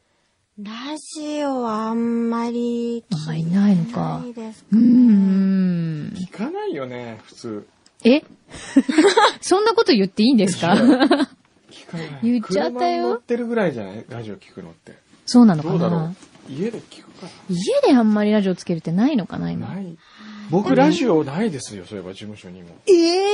Speaker 4: ラジオはあんまり
Speaker 2: あ、
Speaker 4: 聞
Speaker 2: いないの
Speaker 4: いて
Speaker 2: か
Speaker 4: な。いです
Speaker 2: うーん。
Speaker 1: 聞かないよね、普通。
Speaker 2: えそんなこと言っていいんですか
Speaker 1: 聞かない。
Speaker 2: 言っちゃった
Speaker 1: 車
Speaker 2: よ
Speaker 1: に乗ってるぐらいじゃないラジオ聞くのって。
Speaker 2: そうなの
Speaker 1: ど
Speaker 2: か
Speaker 1: うだろ
Speaker 2: な
Speaker 1: う家で聞くか
Speaker 2: 家であんまりラジオつけるってないのかな、
Speaker 1: な
Speaker 2: 今。
Speaker 1: ない。僕、ラジオないですよ、そういえば、事務所にも。
Speaker 2: ええ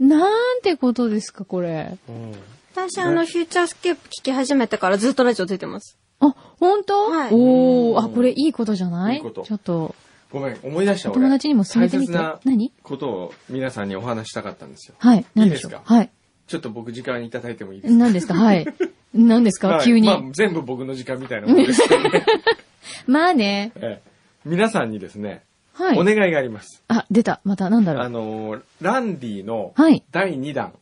Speaker 2: なんてことですか、これ。
Speaker 1: うん。
Speaker 4: 私あの、フューチャースケープ聞き始めてからずっとラジオ出てます。
Speaker 2: あ、本当？
Speaker 4: はい
Speaker 2: おお、あ、これいいことじゃない
Speaker 1: いいこと
Speaker 2: ちょっと、
Speaker 1: ごめん、思い出した、俺。
Speaker 2: 友達にも勧めてみて
Speaker 1: 大切な
Speaker 2: 何
Speaker 1: ことを皆さんにお話したかったんですよ。
Speaker 2: はい、何でしょ
Speaker 1: い
Speaker 2: う
Speaker 1: いですか
Speaker 2: はい。
Speaker 1: ちょっと僕、時間いただいてもいいですか
Speaker 2: 何ですかはい。何です
Speaker 1: ま
Speaker 2: か
Speaker 1: あ
Speaker 2: 急に
Speaker 1: まあ。、全部僕の時間みたいなものですけどね。
Speaker 2: まあね。
Speaker 1: ええ皆さんにですね、
Speaker 2: はい。
Speaker 1: お願いがあります。
Speaker 2: あ、出た。また、なんだろ
Speaker 1: あ
Speaker 2: う。
Speaker 1: のー、ランディの
Speaker 2: はい
Speaker 1: 第2弾。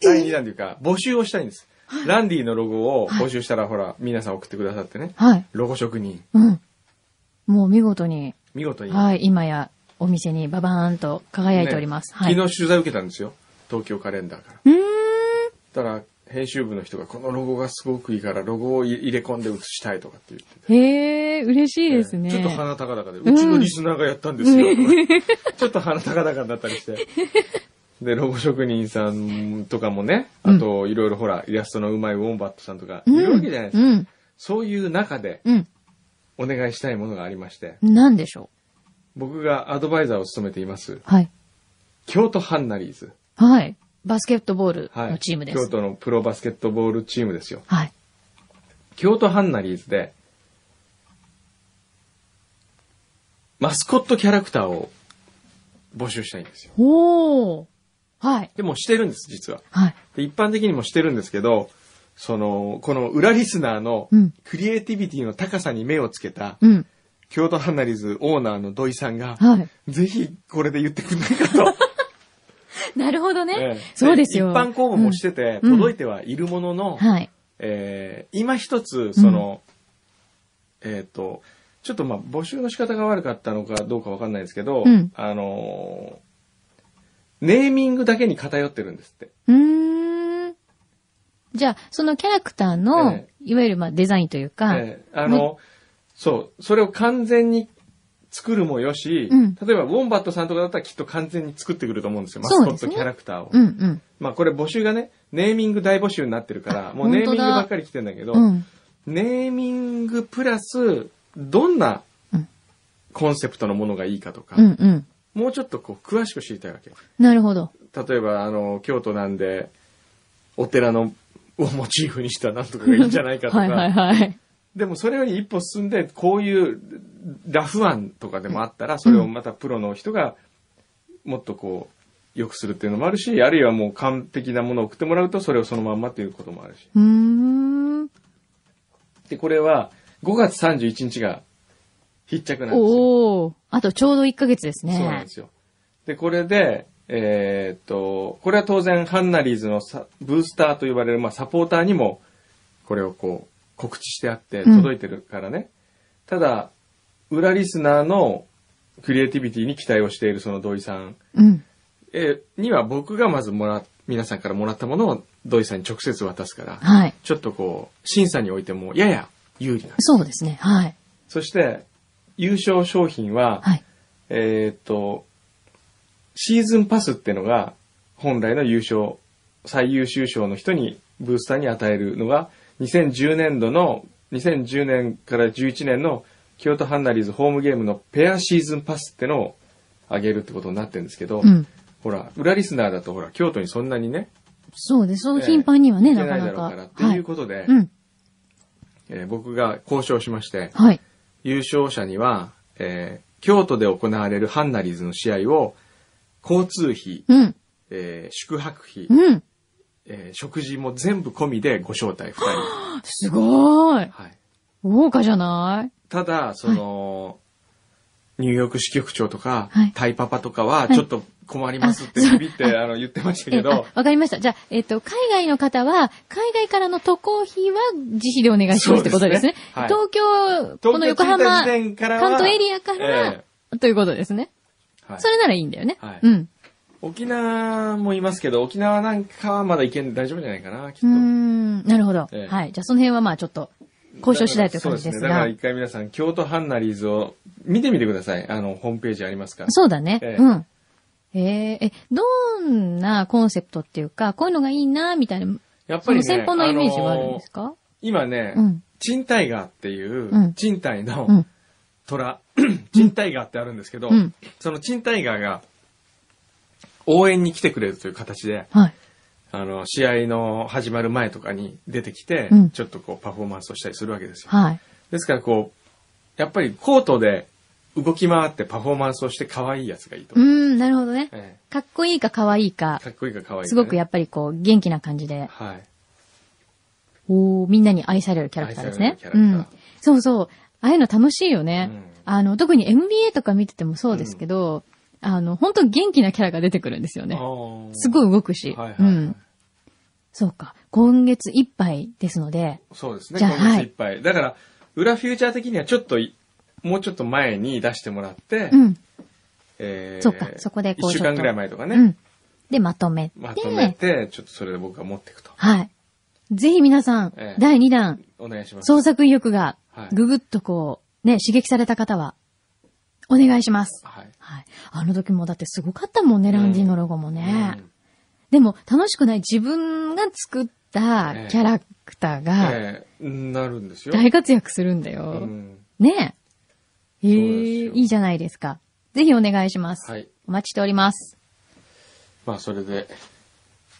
Speaker 1: 第2弾というか、募集をしたいんです。ランディのロゴを募集したら、ほら、皆さん送ってくださってね。
Speaker 2: はい。
Speaker 1: ロゴ職人、
Speaker 2: うん。もう見事に、
Speaker 1: 見事に。
Speaker 2: はい、今やお店にババーンと輝いております。
Speaker 1: ね
Speaker 2: はい。
Speaker 1: 昨日取材受けたんですよ。東京カレンダーから。
Speaker 2: うーん。
Speaker 1: たら、編集部の人がこのロゴがすごくいいから、ロゴを入れ込んで写したいとかって言ってて。
Speaker 2: へえ、嬉しいですね。
Speaker 1: ちょっと鼻高々で、うちのリスナーがやったんですよ。 ちょっと鼻高々になったりして。で、ロゴ職人さんとかもね、あと、いろいろほら、イラストのうまいウォンバットさんとか、いるわけじゃないですか。
Speaker 2: うん。
Speaker 1: そういう中で、
Speaker 2: うん。
Speaker 1: お願いしたいものがありまして、
Speaker 2: なんでしょ
Speaker 1: 僕がアドバイザーを務めています、
Speaker 2: う。はい。
Speaker 1: 京都ハンナリーズ。
Speaker 2: はい。バスケットボール
Speaker 1: は
Speaker 2: の
Speaker 1: い。
Speaker 2: チームです。
Speaker 1: 京都のプロバスケットボールチームですよ。
Speaker 2: はい。
Speaker 1: 京都ハンナリーズで、マスコットキャラクターを募集したいんですよ。
Speaker 2: おー。はい。
Speaker 1: でもうしてるんです、実は。
Speaker 2: はい。
Speaker 1: で一般的にもしてるんですけど、その、この裏リスナーの
Speaker 2: うん
Speaker 1: クリエイティビティの高さに目をつけた、
Speaker 2: うん。
Speaker 1: 京都ハンナリーズオーナーの土井さんが、
Speaker 2: はい。
Speaker 1: ぜひこれで言ってくんないか と。
Speaker 2: なるほどね。
Speaker 1: ええ
Speaker 2: そうですよ。
Speaker 1: 一般公募もしてて、
Speaker 2: うん
Speaker 1: 届いてはいるものの、
Speaker 2: うんはい。
Speaker 1: えー今一つ、その、えっ、と、ちょっとまあ募集の仕方が悪かったのかどうかわかんないですけど、
Speaker 2: うん
Speaker 1: あのーネーミングだけに偏ってるんですって。
Speaker 2: うーん。じゃあ、そのキャラクターの、
Speaker 1: え
Speaker 2: いわゆるまあデザインというか、
Speaker 1: えーあの、そう、それを完全に作るもよし、
Speaker 2: うん
Speaker 1: 例えばウォンバットさんとかだったらきっと完全に作ってくると思うんですよ。マス
Speaker 2: そう
Speaker 1: コ
Speaker 2: で
Speaker 1: ッ
Speaker 2: す
Speaker 1: ト
Speaker 2: ね
Speaker 1: キャラクターを。
Speaker 2: うんうん。
Speaker 1: まあこれ募集がね、ネーミング大募集になってるから、もうネーミング
Speaker 2: 本当だ
Speaker 1: ばっかり来てんだけど、
Speaker 2: うん。
Speaker 1: ネーミングプラス、どんな
Speaker 2: うん
Speaker 1: コンセプトのものがいいかとか、
Speaker 2: うんうん。
Speaker 1: もうちょっとこう詳しく知りたいわけ。
Speaker 2: なるほど。
Speaker 1: 例えば、あの、京都なんで、お寺のをモチーフにしたなんとかがいいんじゃないかとか、
Speaker 2: はいはいはい。
Speaker 1: でもそれより一歩進んで、こういうラフ案とかでもあったら、それをまたプロの人がもっとこう、良くするっていうのもあるし、あるいはもう完璧なものを送ってもらうと、それをそのまんまっていうこともあるし。
Speaker 2: うーん。
Speaker 1: で、これは5月31日が必着なんですよ。
Speaker 2: おー。あとちょうど1ヶ月ですね。
Speaker 1: そうなんですよ。で、これで、えーっと、これは当然、ハンナリーズのサブースターと呼ばれる、まあ、サポーターにも、これをこう、告知してあって、
Speaker 2: うん
Speaker 1: 届いてるからね。ただ、裏リスナーのクリエイティビティに期待をしているその土井さん、
Speaker 2: うん。
Speaker 1: えーには僕がまずもら、皆さんからもらったものを土井さんに直接渡すから、
Speaker 2: はい。
Speaker 1: ちょっとこう、審査においても、やや有利なんです
Speaker 2: そうですね。はい。
Speaker 1: そして、優勝商品は、
Speaker 2: はい。
Speaker 1: えーっと、シーズンパスってのが、本来の優勝、最優秀賞の人に、ブースターに与えるのが、2010年度の、2010年から11年の京都ハンナリーズホームゲームのペアシーズンパスってのをあげるってことになってるんですけど、
Speaker 2: うん。
Speaker 1: ほら、裏リスナーだとほら、京都にそんなにね、
Speaker 2: そうです。そう
Speaker 1: ええ
Speaker 2: 頻繁にはね、
Speaker 1: 行け
Speaker 2: な
Speaker 1: な
Speaker 2: か
Speaker 1: いだ
Speaker 2: な
Speaker 1: ろうから
Speaker 2: か
Speaker 1: っ。て。
Speaker 2: はいいう
Speaker 1: ことで、
Speaker 2: うん。
Speaker 1: えー僕が交渉しまして、
Speaker 2: はい。
Speaker 1: 優勝者には、えー京都で行われるハンナリーズの試合を、交通費、
Speaker 2: うん。
Speaker 1: えー宿泊費、
Speaker 2: うん。
Speaker 1: えー食事も全部込みでご招待2人。
Speaker 2: すごーい。
Speaker 1: はい、
Speaker 2: 豪華じゃない
Speaker 1: ただ、その、ニューヨーク支局長とか、
Speaker 2: はい
Speaker 1: タイパパとかは、ちょっと困りますってビビって、あの言ってましたけ
Speaker 2: えあ
Speaker 1: ど、
Speaker 2: わかりました。じゃあ、えっ、と、海外の方は、海外からの渡航費は自費でお願いしますってことですね。
Speaker 1: そう
Speaker 2: 東京、この
Speaker 1: 東
Speaker 2: 横
Speaker 1: 京着いた
Speaker 2: 浜、
Speaker 1: 時
Speaker 2: 関
Speaker 1: 点からは
Speaker 2: 東エリアから、
Speaker 1: え
Speaker 2: ということですね。
Speaker 1: えはい
Speaker 2: それならいいんだよね。
Speaker 1: はい
Speaker 2: うん。
Speaker 1: 沖縄もいますけど、沖縄なんかはまだ行けん、大丈夫じゃないかな、きっと。
Speaker 2: うーん、なるほど、
Speaker 1: ええ
Speaker 2: はい。じゃあ、その辺はまあちょっと、交渉次第という感じです
Speaker 1: そうね。だか
Speaker 2: が。
Speaker 1: ら一回皆さん、京都ハンナリーズを見てみてください。あの、ホームページありますから。
Speaker 2: そうだね。
Speaker 1: ええ
Speaker 2: うん。えええ、どんなコンセプトっていうか、こういうのがいいな、みたいな、
Speaker 1: やっぱ
Speaker 2: そ
Speaker 1: りね、
Speaker 2: の先方のイメージはあるん
Speaker 1: の
Speaker 2: ですか、
Speaker 1: 今ね、
Speaker 2: うん
Speaker 1: 賃貸がっていう、
Speaker 2: うん
Speaker 1: 賃貸
Speaker 2: う
Speaker 1: の
Speaker 2: ん。
Speaker 1: 虎、賃貸がってあるんですけど、
Speaker 2: うん
Speaker 1: その賃貸がが応援に来てくれるという形で、
Speaker 2: はい。
Speaker 1: あの、試合の始まる前とかに出てきて、
Speaker 2: うん
Speaker 1: ちょっとこうパフォーマンスをしたりするわけですよ。
Speaker 2: はい。
Speaker 1: ですからこう、やっぱりコートで動き回ってパフォーマンスをして可愛いやつがいいと
Speaker 2: うー
Speaker 1: 思う。
Speaker 2: ん、なるほどね。
Speaker 1: え
Speaker 2: かっこいいか可愛いか
Speaker 1: え、かっこいいか可愛いか、ね。
Speaker 2: すごくやっぱりこう、元気な感じで、
Speaker 1: はい。
Speaker 2: おーみんなに愛されるキャラクターですね
Speaker 1: 愛。される
Speaker 2: う
Speaker 1: キャラ
Speaker 2: ん
Speaker 1: クター。
Speaker 2: そうそう。ああいうの楽しいよね。
Speaker 1: うん
Speaker 2: あの、特に NBA とか見ててもそうですけど、あの、本当元気なキャラが出てくるんですよね。すご
Speaker 1: い。
Speaker 2: い動くし。
Speaker 1: はいはい、はい
Speaker 2: うん。そうか。今月いっぱいですので、
Speaker 1: そうですね。
Speaker 2: じゃあ
Speaker 1: 今月いっぱい。だから、裏フューチャー的にはちょっとい、もうちょっと前に出してもらって、
Speaker 2: うん。
Speaker 1: えー
Speaker 2: そうかそこでこう
Speaker 1: 一週
Speaker 2: ちょ
Speaker 1: 間
Speaker 2: っと
Speaker 1: ぐらい前とかね、
Speaker 2: うん。で、まとめて。
Speaker 1: まとめて、ちょっとそれで僕が持っていくと。
Speaker 2: はい。ぜひ皆さん、
Speaker 1: ええ
Speaker 2: 第2弾、
Speaker 1: お願いします。
Speaker 2: 創作意欲が
Speaker 1: はい、
Speaker 2: ぐぐっとこう、ね、刺激された方は、お願いします。
Speaker 1: はい。
Speaker 2: はい。あの時もだってすごかったもんね、ランディのロゴもね。
Speaker 1: うん
Speaker 2: でも、楽しくない自分が作った
Speaker 1: ええ
Speaker 2: キャラクターが、
Speaker 1: ええなるんですよ。
Speaker 2: 大活躍するんだよ。
Speaker 1: うん
Speaker 2: ね
Speaker 1: そうです
Speaker 2: え。ええ
Speaker 1: よ
Speaker 2: いいじゃないですか。ぜひお願いします。
Speaker 1: はい。
Speaker 2: お待ちしております。
Speaker 1: まあ、それで。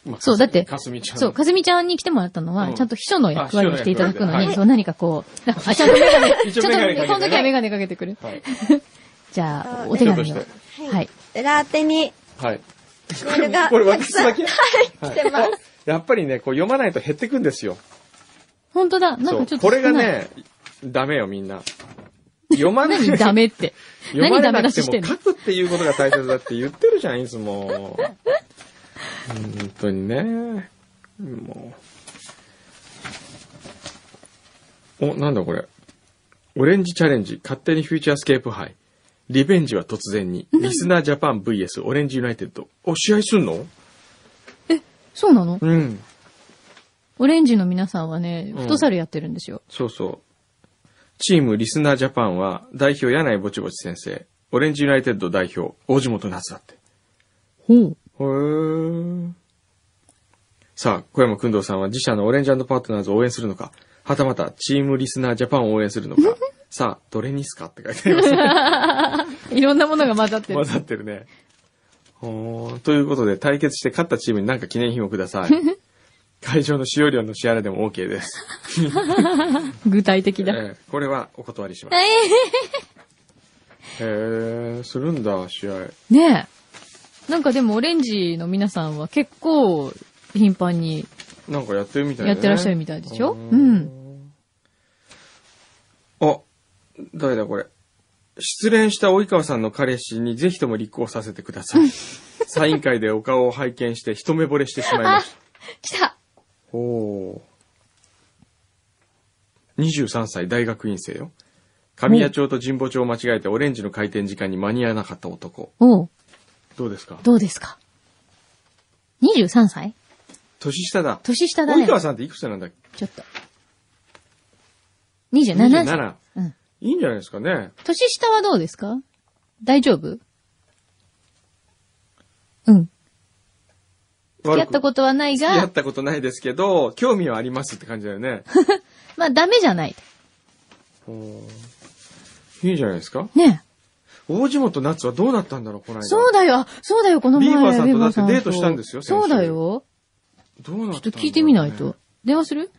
Speaker 1: まあ
Speaker 2: そう、だって、
Speaker 1: かすみちゃん。
Speaker 2: そう、かすみちゃんに来てもらったのは、
Speaker 1: うん
Speaker 2: ちゃんと秘書の役割をしていただくの
Speaker 1: あ秘書の役割で
Speaker 2: に、そう、何かこう、あ、ちゃんとメガネ、
Speaker 1: 一
Speaker 2: ち
Speaker 1: 応
Speaker 2: ょっと、
Speaker 1: メガネか
Speaker 2: こ
Speaker 1: けてね
Speaker 2: の時はメガネかけてくる。
Speaker 1: はい。
Speaker 2: じゃあ、
Speaker 4: そう
Speaker 2: お手紙を
Speaker 1: ちょっ。
Speaker 2: はい。
Speaker 4: 裏当てに
Speaker 1: はい。
Speaker 4: メールが
Speaker 1: これ
Speaker 4: たく
Speaker 1: 私
Speaker 4: さん
Speaker 1: だけ
Speaker 4: 来てます。
Speaker 1: やっぱりね、こう読まないと減ってくんですよ。
Speaker 2: 本当だ、なんかち
Speaker 1: そう
Speaker 2: ょっと
Speaker 1: これが
Speaker 2: 少ない。
Speaker 1: ね、ダメよ、みんな。読まない。
Speaker 2: 何ダメ って。
Speaker 1: 読ま
Speaker 2: 何
Speaker 1: れ
Speaker 2: ダメ
Speaker 1: なく
Speaker 2: 出してしてん
Speaker 1: も
Speaker 2: の
Speaker 1: 書くっていうことが大切だって言ってるじゃん、いつも。本当にね。もう。お、なんだこれ。オレンジチャレンジ、勝手にフューチャースケープ杯。リベンジは突然に。リスナージャパン VS オレンジユナイテッド。お、試合すんの
Speaker 2: そうなの
Speaker 1: うん。
Speaker 2: オレンジの皆さんはね、
Speaker 1: うん
Speaker 2: フットサルやってるんですよ。
Speaker 1: そうそう。チームリスナージャパンは、代表柳井ぼちぼち先生。オレンジユナイテッド代表、大地元夏だって。
Speaker 2: ほう。
Speaker 1: へーさあ、小山くんどうさんは自社のオレンジパートナーズを応援するのか、はたまたチームリスナージャパンを応援するの か、さあ、どれにすかって書いてありますね。
Speaker 2: いろんなものが混ざってる
Speaker 1: 混。ざってるね。 ほーということで、対決して勝ったチームに何か記念品をくだ さい。会場の使用料の支払いでも OK です。
Speaker 2: 具体的だ。
Speaker 1: ええこれはお断りします。へえー、するんだ、試合。
Speaker 2: ねえ。なんかでもオレンジの皆さんは結構頻繁に
Speaker 1: なんかやってるみたいだね。
Speaker 2: やってらっしゃるみたいでしょ
Speaker 1: う
Speaker 2: うんん。
Speaker 1: あ、誰だこれ。失恋した及川さんの彼氏にぜひとも立候補させてくださ い。サイン会でお顔を拝見して一目惚れしてしまいま した。
Speaker 2: 来た
Speaker 1: おおー。23歳大学院生よ。神谷町と神保町を間違えてオレンジの開店時間に間に合わなかった男。
Speaker 2: おう、
Speaker 1: どうですか
Speaker 2: どうですか ?23 歳
Speaker 1: 年下だ。
Speaker 2: 年下だね
Speaker 1: 及。川さんっていくつなんだっけ
Speaker 2: ちょっと。27歳。
Speaker 1: 27
Speaker 2: うん。
Speaker 1: いいんじゃないですかね。
Speaker 2: 年下はどうですか大丈夫うん。付き合った
Speaker 1: と
Speaker 2: ことはない
Speaker 1: 付き合っ
Speaker 2: が、
Speaker 1: たことないですけど、興味はありますって感じだよ ね。
Speaker 2: まあダメじゃない。
Speaker 1: おーいいじゃないですか
Speaker 2: ねえ。
Speaker 1: 大地元夏はどうなったんだろう、この間。
Speaker 2: そうだよ、あそうだよ、この前。
Speaker 1: ビーバーさんと
Speaker 2: ビ
Speaker 1: だ
Speaker 2: バ
Speaker 1: ってデートしたんですよ先週
Speaker 2: そうだよ。
Speaker 1: どうな
Speaker 2: ち
Speaker 1: っ
Speaker 2: ょっ
Speaker 1: ん
Speaker 2: たと
Speaker 1: だろうね
Speaker 2: 聞いてみないと。。電話する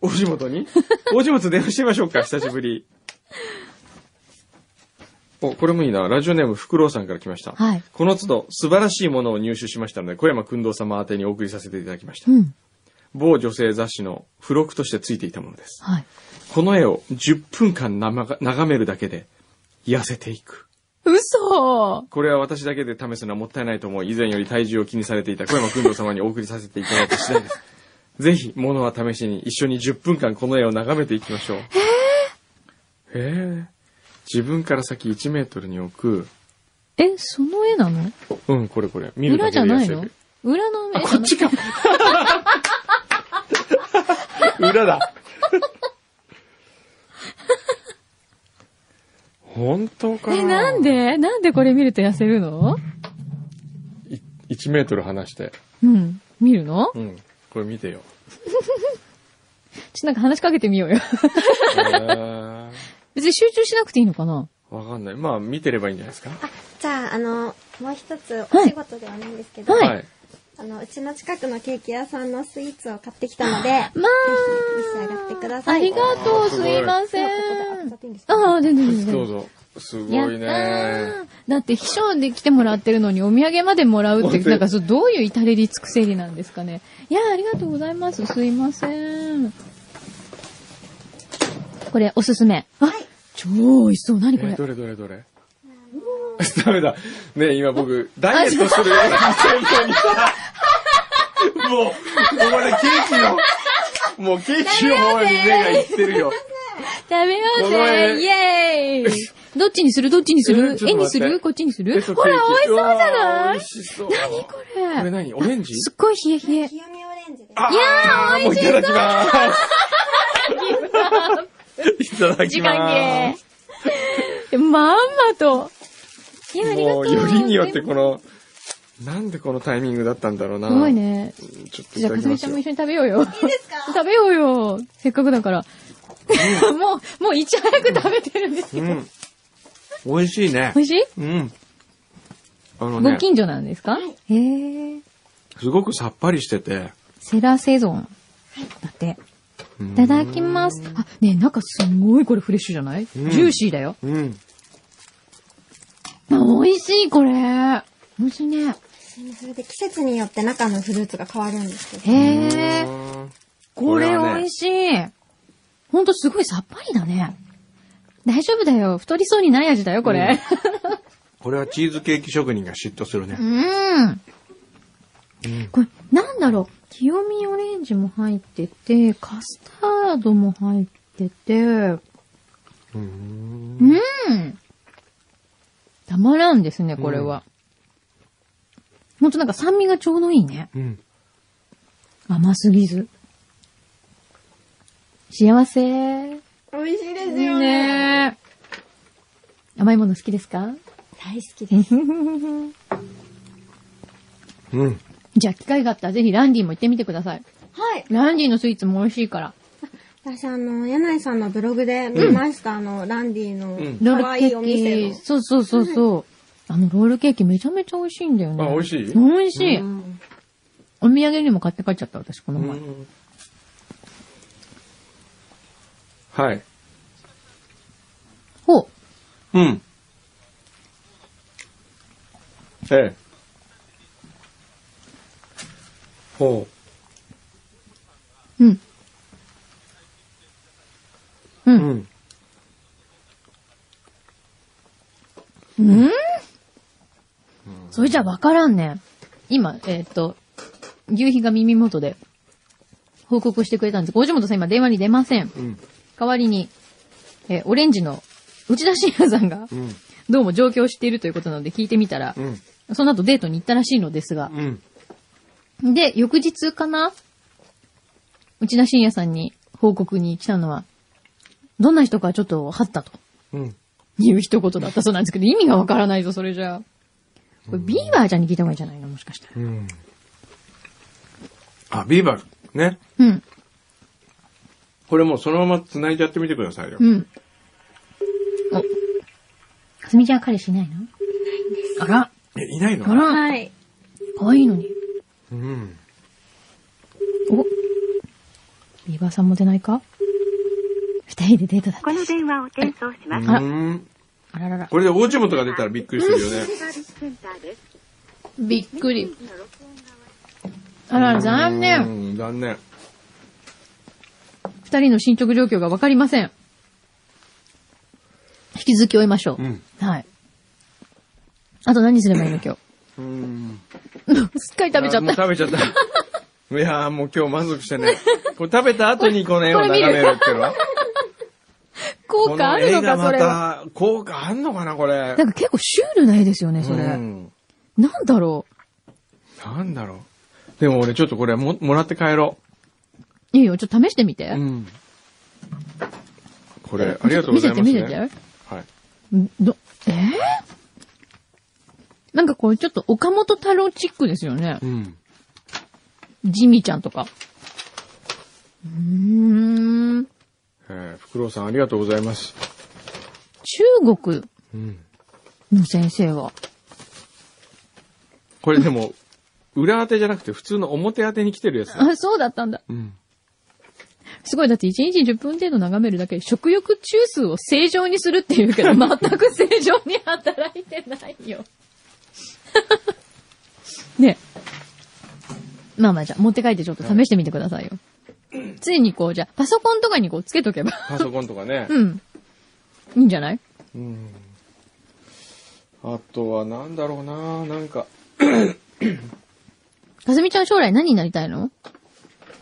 Speaker 1: 大地元に大地元電話してみましょうか、久しぶり。お、これもいいな。ラジオネーム、フクロウさんから来ました。
Speaker 2: はい
Speaker 1: この都度、素晴らしいものを入手しましたので、小山くんどう様宛てにお送りさせていただきました。
Speaker 2: うん。
Speaker 1: 某女性雑誌の付録として付いていたものです。
Speaker 2: はい。
Speaker 1: この絵を10分間なまが眺めるだけで痩せていく。
Speaker 2: 嘘
Speaker 1: これは私だけで試すのはもったいないと思う。以前より体重を気にされていた小山君堂様にお送りさせていただいた次第 です。ぜひ、ものは試しに一緒に10分間この絵を眺めていきましょう。へえ。へえ。自分から先1メートルに置く。
Speaker 2: え、その絵なの
Speaker 1: うん、これこれ。見る
Speaker 2: 裏
Speaker 1: だ
Speaker 2: じ
Speaker 1: け
Speaker 2: ゃ
Speaker 1: で痩
Speaker 2: ない
Speaker 1: せ
Speaker 2: の
Speaker 1: る。
Speaker 2: 裏の絵
Speaker 1: あ、こっちか。裏 だ。本当かな
Speaker 2: え、なんでなんでこれ見ると痩せるの
Speaker 1: い ?1 メートル離して。
Speaker 2: うん。見るの
Speaker 1: うん。これ見てよ。
Speaker 2: ちょっとなんか話しかけて みようよ。
Speaker 1: へー
Speaker 2: 別に集中しなくていいのかな
Speaker 1: わかんない。まあ、見てればいいんじゃないですか。
Speaker 4: じゃあ、あの、もう一つお仕事ではないんですけど、
Speaker 2: はい
Speaker 4: あの、うちの近くのケーキ屋さんのスイーツを買ってきたので、
Speaker 2: ま
Speaker 4: 召し上がってくだ
Speaker 2: あ、
Speaker 4: さ
Speaker 2: あ
Speaker 4: い。
Speaker 2: りがと
Speaker 1: あ
Speaker 2: う、
Speaker 1: ーす
Speaker 2: す
Speaker 1: ごい
Speaker 2: いません。
Speaker 4: でここで当たっていいんですか
Speaker 2: ああ、全然全然。
Speaker 1: どうぞ。す
Speaker 2: や
Speaker 1: ご
Speaker 2: っ
Speaker 1: いね
Speaker 2: たー。。だって秘書で来てもらってるのにお土産までもらうって、
Speaker 1: 本当に
Speaker 2: なんかそうどういう至れり尽くせりなんですかね。いやー、ありがとうございます。すいません。これ、おすすめ。あ、超美味しそう。何こ
Speaker 1: え
Speaker 2: れ
Speaker 1: ど。れどれどれ ダメだ。ね今僕、ダイエットするようなみたいにもう、ここまでケーキの、もうケーキの方に目がいってるよ。
Speaker 2: 食べよう
Speaker 1: この
Speaker 2: ぜ
Speaker 1: 絵
Speaker 2: イ エーイどっちにするどっちにす
Speaker 1: え
Speaker 2: る
Speaker 1: ちょっ
Speaker 2: 絵
Speaker 1: と
Speaker 2: に
Speaker 1: 待
Speaker 2: す
Speaker 1: って
Speaker 2: るこっちにする
Speaker 1: えっと
Speaker 2: ほら、
Speaker 1: ケーキ
Speaker 2: 美味しそうじゃ
Speaker 1: わあ
Speaker 2: な
Speaker 1: 美
Speaker 2: い
Speaker 1: 味しそう。
Speaker 2: 何これ
Speaker 1: これ何オレンジ
Speaker 2: すっごい冷え冷え。
Speaker 4: 極みオレンジです。
Speaker 1: ああー、もういただきます。いただきます。
Speaker 2: 時間切れ。 まんまと。いや、ありがと
Speaker 1: も
Speaker 2: う。
Speaker 1: う、よりによってこの、なんでこのタイミングだったんだろうな。
Speaker 2: すごい。ね。
Speaker 1: ちょっとい
Speaker 2: じゃ
Speaker 1: た
Speaker 2: あ、
Speaker 1: だ
Speaker 2: か
Speaker 1: き
Speaker 2: す
Speaker 1: ま
Speaker 2: み
Speaker 1: すよ
Speaker 2: ちゃんも。一緒に食べようよ。
Speaker 4: いいですか
Speaker 2: 食べようよ。せっかくだから。もう、もういち早く食べてるんですけ
Speaker 1: う
Speaker 2: ど。
Speaker 1: ん。美味しいね
Speaker 2: 美。味しい
Speaker 1: うん。あの
Speaker 2: ご
Speaker 1: ね、
Speaker 2: 近所なんですかへえ。
Speaker 1: すごくさっぱりしてて。
Speaker 2: セラセゾン。だって。
Speaker 1: い
Speaker 2: いただきます。あ、ねえ、中すんごいこれフレッシュじゃない、
Speaker 1: うん
Speaker 2: ジューシーだよ。
Speaker 1: うん。
Speaker 2: あ、美味しい、これ。美味しいね。
Speaker 4: それで季節によって中のフルーツが変わるんですけど。
Speaker 2: へえ。これ
Speaker 1: はね
Speaker 2: 美味しい。ほんとすごいさっぱりだね。大丈夫だよ。太りそうにない味だよ、これ。
Speaker 1: これはチーズケーキ職人が嫉妬するね
Speaker 2: う。ん。これ、なんだろう。清見オレンジも入ってて、カスタードも入ってて、うん。たまらんですね、これは。ほんとなんか酸味がちょうどいいね。
Speaker 1: うん。
Speaker 2: 甘すぎず。幸せ。
Speaker 4: 美味しいですよね。
Speaker 2: ねえ甘いもの好きですか
Speaker 4: 大好きです。
Speaker 1: うん。
Speaker 2: じゃあ機会があったらぜひランディも行ってみてください。
Speaker 4: はい。
Speaker 2: ランディのスイーツも美味しいから。
Speaker 4: 私あの、柳井さんのブログで見ました、あの、ランディ
Speaker 1: ん
Speaker 4: の
Speaker 2: ロール
Speaker 4: 可愛い
Speaker 2: ケ
Speaker 4: お
Speaker 2: ー
Speaker 4: 店
Speaker 2: キ。
Speaker 4: の。
Speaker 2: そうそうそうそう。あのロールケーキめちゃめちゃ美味しいんだよね。
Speaker 1: あ美味しい
Speaker 2: 美味しい。お土産にも買って帰っちゃった私この前。
Speaker 1: はい。
Speaker 2: ほう。
Speaker 1: うん。ええ。ほ
Speaker 2: うん。
Speaker 1: う。
Speaker 2: う。
Speaker 1: うんん。
Speaker 2: それじゃわからんね。今、えーっと、牛皮が耳元で報告してくれたんです。五本さん今電話に出ません。
Speaker 1: うん。
Speaker 2: 代わりに、えーオレンジの内田信也さんが、
Speaker 1: うん。
Speaker 2: どうも状況を知っているということなので聞いてみたら、
Speaker 1: うん。
Speaker 2: その後デートに行ったらしいのですが、
Speaker 1: うん。
Speaker 2: で、翌日かな内田信也さんに報告に来たのは、どんな人かちょっとはったと
Speaker 1: うん。
Speaker 2: いう一言だったそうなんですけど、意味がわからないぞ、それじゃあ。これビーバーちゃんに聞いた方がいいんじゃないのもしかしたら。
Speaker 1: うん。あ、ビーバー、ね。
Speaker 2: うん、
Speaker 1: これもうそのまま繋いじゃってみてくださいよ。
Speaker 2: うん。お、かすみちゃん彼氏いないのいないんです。あら、
Speaker 1: え、いないの
Speaker 2: あら、
Speaker 4: はい。
Speaker 2: 可愛いのに。
Speaker 1: うん。
Speaker 2: おビーバーさんも出ないか二人でデートだったし。あら
Speaker 1: うん。
Speaker 2: あららら。
Speaker 1: これで大地元が出たらびっくりするよね。
Speaker 2: びっくり。あら、残念。
Speaker 1: うん、残念。
Speaker 2: 二人の進捗状況がわかりません。引き続き追いましょう。
Speaker 1: うん
Speaker 2: はい。あと何すればいいの今
Speaker 1: うん。
Speaker 2: 日。すっかり食べちゃ
Speaker 1: も
Speaker 2: っ
Speaker 1: う
Speaker 2: た。
Speaker 1: 食べちゃった。い やーもう今日満足してね。これ食べた後にこの絵を眺めるっていうのは。
Speaker 2: 効果あるのか、それは。
Speaker 1: は。効果あんのかな、これ
Speaker 2: な。んか結構シュールな絵ですよね、それ。
Speaker 1: うん。
Speaker 2: なんだろ
Speaker 1: なんだろう。でも俺ちょっとこれも、もらって帰ろ
Speaker 2: う。いいよ、ちょっと試してみて。
Speaker 1: う。うん。これ、ありがとうございます、ね。
Speaker 2: 見せて、見せて。
Speaker 1: はい。
Speaker 2: んど、えー、なんかこれちょっと岡本太郎チックですよね
Speaker 1: う。ん。
Speaker 2: ジミーちゃんとか。うーん。
Speaker 1: えー、フクロウさんありがとうございます。
Speaker 2: 中国
Speaker 1: うん。
Speaker 2: の先生は。
Speaker 1: これでも、裏当てじゃなくて普通の表当てに来てるやつだ。
Speaker 2: あ、そうだったんだ。
Speaker 1: うん。
Speaker 2: すごい、だって1日10分程度眺めるだけで食欲中枢を正常にするっていうけ ど、全く正常に働いてないよ。 ねまあまあじゃあ、持って帰ってちょっと試してみてくださいよ。ついにこう、じゃあ、パソコンとかにこうつけとけば。
Speaker 1: パソコンとかね。
Speaker 2: うん。いいんじゃない
Speaker 1: うん。あとはなんだろうななんか。
Speaker 2: かすみちゃん将来何になりたいの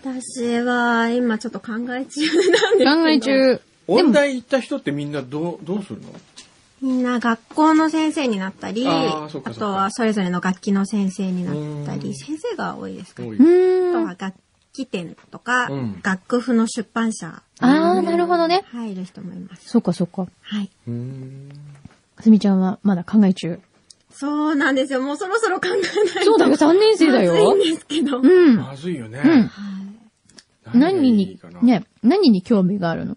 Speaker 4: 私は今ちょっと考え中なんですけど。
Speaker 2: 考え。中。
Speaker 1: 音大行った人ってみんなどう、どうするの
Speaker 4: みんな学校の先生になったり、
Speaker 1: あー
Speaker 4: あ
Speaker 1: そっかそっか
Speaker 4: とはそれぞれの楽器の先生になった
Speaker 1: うん
Speaker 4: り、先生が多いですかね。
Speaker 1: 多い。
Speaker 2: う
Speaker 4: あ
Speaker 2: ー
Speaker 4: と
Speaker 2: ん。
Speaker 4: は楽器店とか、
Speaker 1: うん
Speaker 4: 楽譜の出版社
Speaker 2: あー、なるほどね。
Speaker 4: 入る人もいます。
Speaker 2: そっかそっか。
Speaker 4: はい。
Speaker 1: うーん。
Speaker 2: かすみちゃんはまだ考え中。
Speaker 4: そうなんですよ。もうそろそろ考えな いと。
Speaker 2: そうだよ、3年生だ
Speaker 4: まずい
Speaker 2: よ
Speaker 4: ん。ですけど。はい。
Speaker 2: うん。
Speaker 1: まずいよね。
Speaker 2: うん何
Speaker 1: がいい
Speaker 2: に
Speaker 1: かな、
Speaker 2: ね、何に興味があるの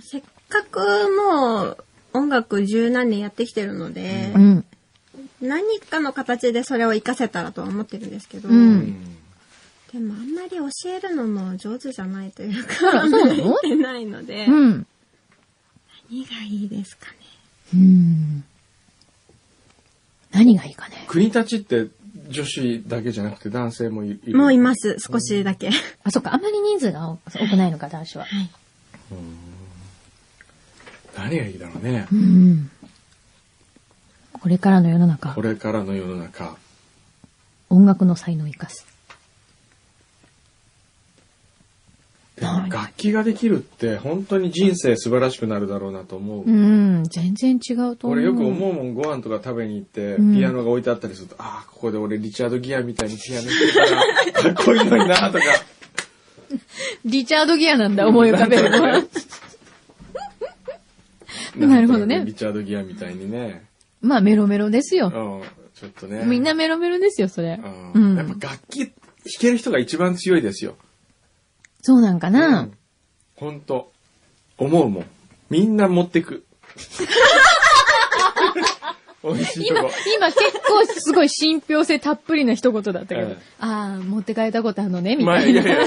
Speaker 4: せっかくもう音楽十何年やってきてるので
Speaker 2: う、ん。
Speaker 4: 何かの形でそれを活かせたらとは思ってるんですけど、
Speaker 2: うん
Speaker 1: うん。
Speaker 4: でもあんまり教えるのも上手じゃないというか、
Speaker 2: らそうなの
Speaker 4: 慣れてないので、
Speaker 2: うん。
Speaker 4: 何がいいですかね。
Speaker 2: うん。何がいいかね。
Speaker 1: 国立って女子だけじゃなくて男性もいる。
Speaker 4: もうい
Speaker 1: 今。
Speaker 4: ます、少しだけ。
Speaker 2: あ、そっか、あんまり人数が多多くないのか、男子は。
Speaker 1: 何がいいだろうね
Speaker 2: う。ん。これからの世の中
Speaker 1: こ、れからの世の中。
Speaker 2: 音楽の才能を生かす。
Speaker 1: でも
Speaker 2: はい
Speaker 1: 楽器ができるって本当に人生素晴らしくなるだろうなと思う。
Speaker 2: うん、全然違うと思う。
Speaker 1: 俺よく思うもん、ご飯とか食べに行って、
Speaker 2: ん
Speaker 1: ピアノが置いてあったりすると、ああ、ここで俺リチャードギアみたいにピアノ弾いたら、かっこいいのになとか。
Speaker 2: リチャードギアなんだ、思い浮かべるのは。 なるほどね
Speaker 1: んとなくリチャードギアみたいにね。
Speaker 2: まあ、メロメロです
Speaker 1: う
Speaker 2: よ。
Speaker 1: ん、ちょっとね。
Speaker 2: みんなメロメロですよ、それ。
Speaker 1: うん、
Speaker 2: うん
Speaker 1: やっ。ぱ楽器弾ける人が一番強いですよ。
Speaker 2: そうなんかな。
Speaker 1: ほんと。思うもん。みんな持って く。美味しいとこ。
Speaker 2: 今結構すごい信憑性たっぷりな一言だったけど、
Speaker 1: ええ
Speaker 2: ああ、持って帰ったことあるのね、みた
Speaker 1: 前、
Speaker 2: い
Speaker 1: い
Speaker 2: な。
Speaker 1: やいや